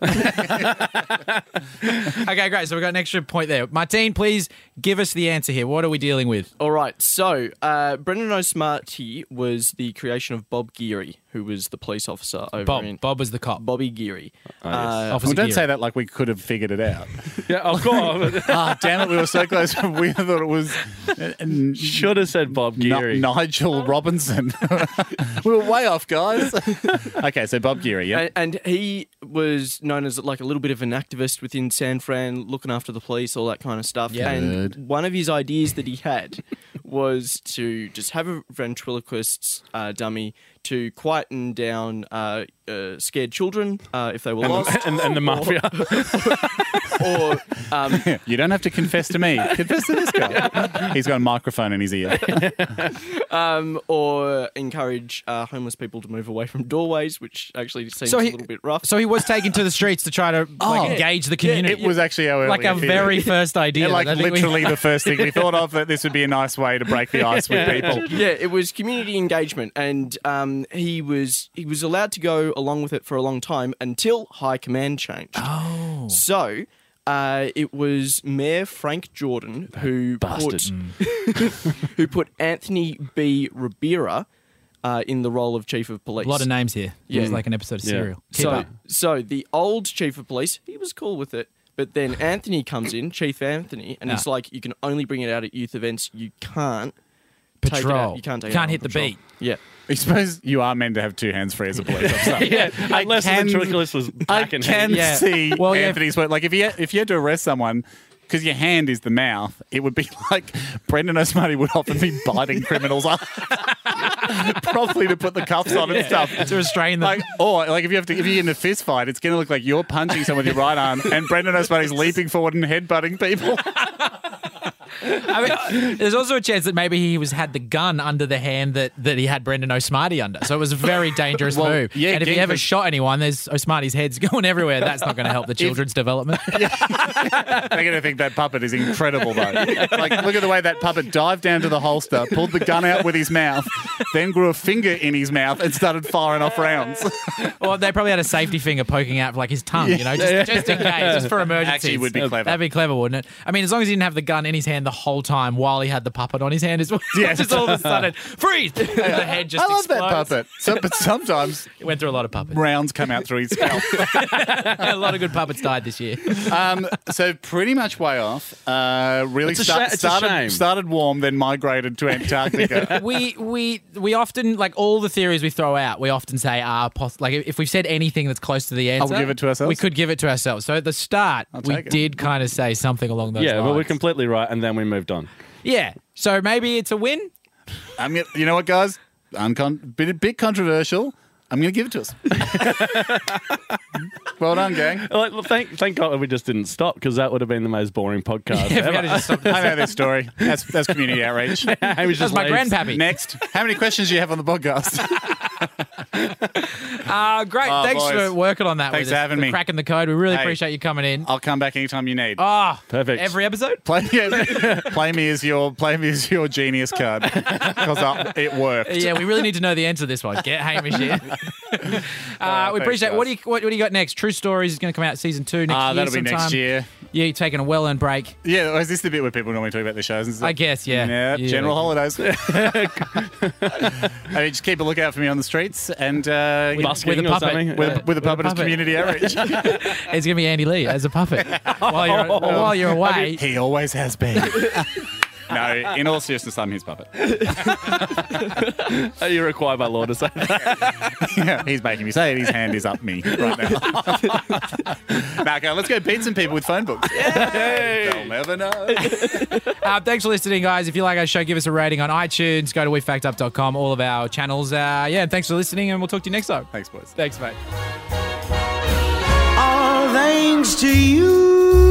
Speaker 1: okay, great. So we got an extra point there. Martine, please give us the answer here. What are we dealing with?
Speaker 2: All right, so uh, Brendan O'Smarty was the creation of Bob Geary, who was the police officer over in
Speaker 1: Bob. Bob was the cop.
Speaker 2: Bobby Geary. Uh,
Speaker 1: Officer
Speaker 4: don't
Speaker 1: Geary.
Speaker 4: say that like we could have figured it out.
Speaker 5: Yeah, [LAUGHS] of course.
Speaker 4: Ah, damn it, we were so close. [LAUGHS] we thought it was uh, n-
Speaker 5: Should have said Bob Geary.
Speaker 4: N- Nigel Robinson. [LAUGHS] we were way off, guys. okay, so Bob Geary, yeah.
Speaker 2: [LAUGHS] and, and he was known as like a little bit of an activist within San Fran, looking after the police, all that kind of stuff.
Speaker 1: Yeah.
Speaker 2: And
Speaker 4: Good.
Speaker 2: one of his ideas that he had was to just have a ventriloquist's uh, dummy to quieten down uh, uh, scared children uh, if they were lost,
Speaker 5: [LAUGHS]
Speaker 1: [LAUGHS]
Speaker 5: and, and the mafia.
Speaker 2: or um,
Speaker 4: You don't have to confess to me. confess to this guy. [LAUGHS] He's got a microphone in his ear.
Speaker 2: um, or encourage uh, homeless people to move away from doorways, which actually seems
Speaker 1: So he-
Speaker 2: a little bit rough.
Speaker 1: So he was taken to the streets to try to like,
Speaker 4: Oh.
Speaker 1: engage the
Speaker 4: And
Speaker 1: community.
Speaker 4: it was actually our
Speaker 1: like our
Speaker 4: earlier
Speaker 1: very
Speaker 4: [LAUGHS] theory.
Speaker 1: first idea.
Speaker 4: And, like
Speaker 1: I think we-
Speaker 4: literally the first thing we thought of that this would be a nice way to break the ice with people.
Speaker 2: yeah, it was community engagement, and um, he was he was allowed to go along with it for a long time until high command changed. Oh, so. Uh, it was Mayor Frank Jordan who put, [LAUGHS] who put Anthony B. Ribera uh, in the role of chief of police.
Speaker 1: a lot of names here. It
Speaker 2: Yeah.
Speaker 1: was like an episode of
Speaker 5: Yeah.
Speaker 1: Serial. Keep
Speaker 2: So,
Speaker 1: up.
Speaker 2: so the old chief of police, he was cool with it. But then Anthony comes in, Chief Anthony, and he's
Speaker 1: Yeah.
Speaker 2: like, "You can only bring it out at youth events. You can't take it out-
Speaker 1: Patrol.
Speaker 2: You can't take it out
Speaker 1: Can't
Speaker 2: on
Speaker 1: hit the
Speaker 2: patrol."
Speaker 1: beat.
Speaker 2: Yeah,
Speaker 4: I suppose you are meant to have two hands free as a police
Speaker 5: [LAUGHS]
Speaker 4: officer.
Speaker 5: yeah, unless
Speaker 4: can-
Speaker 5: the ventriloquist was
Speaker 4: I
Speaker 5: back in
Speaker 4: can
Speaker 5: hand.
Speaker 1: Yeah.
Speaker 4: see
Speaker 1: Well, yeah.
Speaker 4: Anthony's work. Like if you if you had to arrest someone because your hand is the mouth, it would be [LAUGHS] like Brendan O'Smarty would often be biting criminals [LAUGHS] up, probably to put the cuffs on and stuff.
Speaker 1: To restrain them.
Speaker 4: Like or like if you have to if you're in a fist fight, it's going to look like you're punching someone with your right arm, and Brendan O'Smarty's leaping forward and headbutting people.
Speaker 1: [LAUGHS] I mean, there's also a chance that maybe he was had the gun under the hand that, that he had Brendan O'Smarty under. So it was a
Speaker 4: [LAUGHS]
Speaker 1: very dangerous
Speaker 4: Well,
Speaker 1: move.
Speaker 4: yeah,
Speaker 1: and if he
Speaker 4: getting
Speaker 1: ever
Speaker 4: the-
Speaker 1: shot anyone, there's O'Smarty's head's [LAUGHS] going everywhere. That's not going to help the children's development.
Speaker 4: [LAUGHS] They're going to think that puppet is incredible, though. [LAUGHS] Like, look at the way that puppet dived down to the holster, pulled the gun out with his mouth, then grew a finger in his mouth and started firing off rounds.
Speaker 1: Or they probably had a safety finger poking out like his tongue, you know, just, just in case, just for emergencies.
Speaker 4: Actually would be clever.
Speaker 1: That'd be clever, wouldn't it? I mean, as long as he didn't have the gun in his hand the whole time while he had the puppet on his hand as well. [LAUGHS]
Speaker 4: Yes.
Speaker 1: just all of a sudden, freeze! the head just
Speaker 4: [LAUGHS] I love
Speaker 1: explodes.
Speaker 4: that puppet. So, but sometimes
Speaker 1: It went through a lot of puppets.
Speaker 4: rounds come out through his scalp.
Speaker 1: [LAUGHS] a lot of good puppets died this year.
Speaker 4: Um, so pretty much way off. Uh, really
Speaker 5: It's a
Speaker 4: start-
Speaker 5: sha- it's a shame.
Speaker 4: started, started warm, then migrated to [LAUGHS] Antarctica.
Speaker 1: [LAUGHS] we we we often like all the theories we throw out. We often say are poss- like if we've said anything that's close to the answer,
Speaker 4: give it to ourselves?
Speaker 1: We could give it to ourselves. So at the start, we
Speaker 4: take it.
Speaker 1: did kind of say something along those
Speaker 5: Yeah,
Speaker 1: lines.
Speaker 5: but we're completely right, and then we moved on.
Speaker 1: yeah. So maybe it's a win.
Speaker 4: I'm gonna, you know what, guys? Uncon- bit, bit controversial. I'm going to give it [LAUGHS] to us. well done, gang.
Speaker 5: Like, well, thank, thank God that we just didn't stop because that would have been the most boring podcast
Speaker 1: If we
Speaker 5: ever.
Speaker 1: had to
Speaker 4: [LAUGHS]
Speaker 1: just stop-
Speaker 4: I know this story. That's, that's community outreach.
Speaker 5: Hamish
Speaker 1: That's
Speaker 5: just
Speaker 1: my
Speaker 5: leaves.
Speaker 1: grandpappy.
Speaker 4: [LAUGHS] Next, how many questions do you have on the podcast?
Speaker 1: Uh, great.
Speaker 4: Oh,
Speaker 1: Thanks
Speaker 4: boys.
Speaker 1: for working on that.
Speaker 4: Thanks
Speaker 1: with
Speaker 4: for
Speaker 1: us,
Speaker 4: having me.
Speaker 1: Cracking the code. We really
Speaker 4: Hey.
Speaker 1: appreciate you coming in.
Speaker 4: [LAUGHS] I'll come back anytime you need.
Speaker 1: Ah,
Speaker 5: Perfect.
Speaker 1: Every episode.
Speaker 4: [LAUGHS] Play, yeah, play me as your play me as your genius card because it worked.
Speaker 1: Yeah, we really need to know the answer to this one. Get Hamish
Speaker 4: [LAUGHS]
Speaker 1: in. uh, we
Speaker 4: thanks,
Speaker 1: appreciate. What do
Speaker 4: guys.
Speaker 1: you what, what do you got next? True Stories is going to come out season two next
Speaker 4: Ah,
Speaker 1: year.
Speaker 4: that'll be
Speaker 1: sometime.
Speaker 4: next year.
Speaker 1: Yeah, you're taking a well earned break.
Speaker 4: Yeah, or is this the bit where people normally talk about their shows and stuff?
Speaker 1: I guess, yeah.
Speaker 4: Yeah,
Speaker 1: Yeah. [LAUGHS]
Speaker 4: general holidays. [LAUGHS] I mean, just keep a lookout for me on the streets and uh,
Speaker 5: Busking
Speaker 1: with a
Speaker 5: or
Speaker 1: puppet.
Speaker 5: something.
Speaker 4: with,
Speaker 5: Yeah.
Speaker 4: with the puppet as
Speaker 1: puppet.
Speaker 4: community outreach.
Speaker 1: It's going to be Andy Lee as a puppet while you're, while
Speaker 4: Oh.
Speaker 1: you're away.
Speaker 4: [LAUGHS] he always has been. [LAUGHS] no, in all seriousness, I'm his puppet.
Speaker 5: Are you required by law to say that?
Speaker 4: [LAUGHS] Yeah, he's making me say it. His hand is up me right now. [LAUGHS] Marco, let's go beat some people with phone books. They'll never know.
Speaker 1: Uh, thanks for listening, guys. If you like our show, give us a rating on iTunes. Go to wefactup.com, all of our channels. Uh, yeah, and thanks for listening, and we'll talk to you next time.
Speaker 4: Thanks, boys.
Speaker 1: Thanks, mate.
Speaker 6: all thanks to you.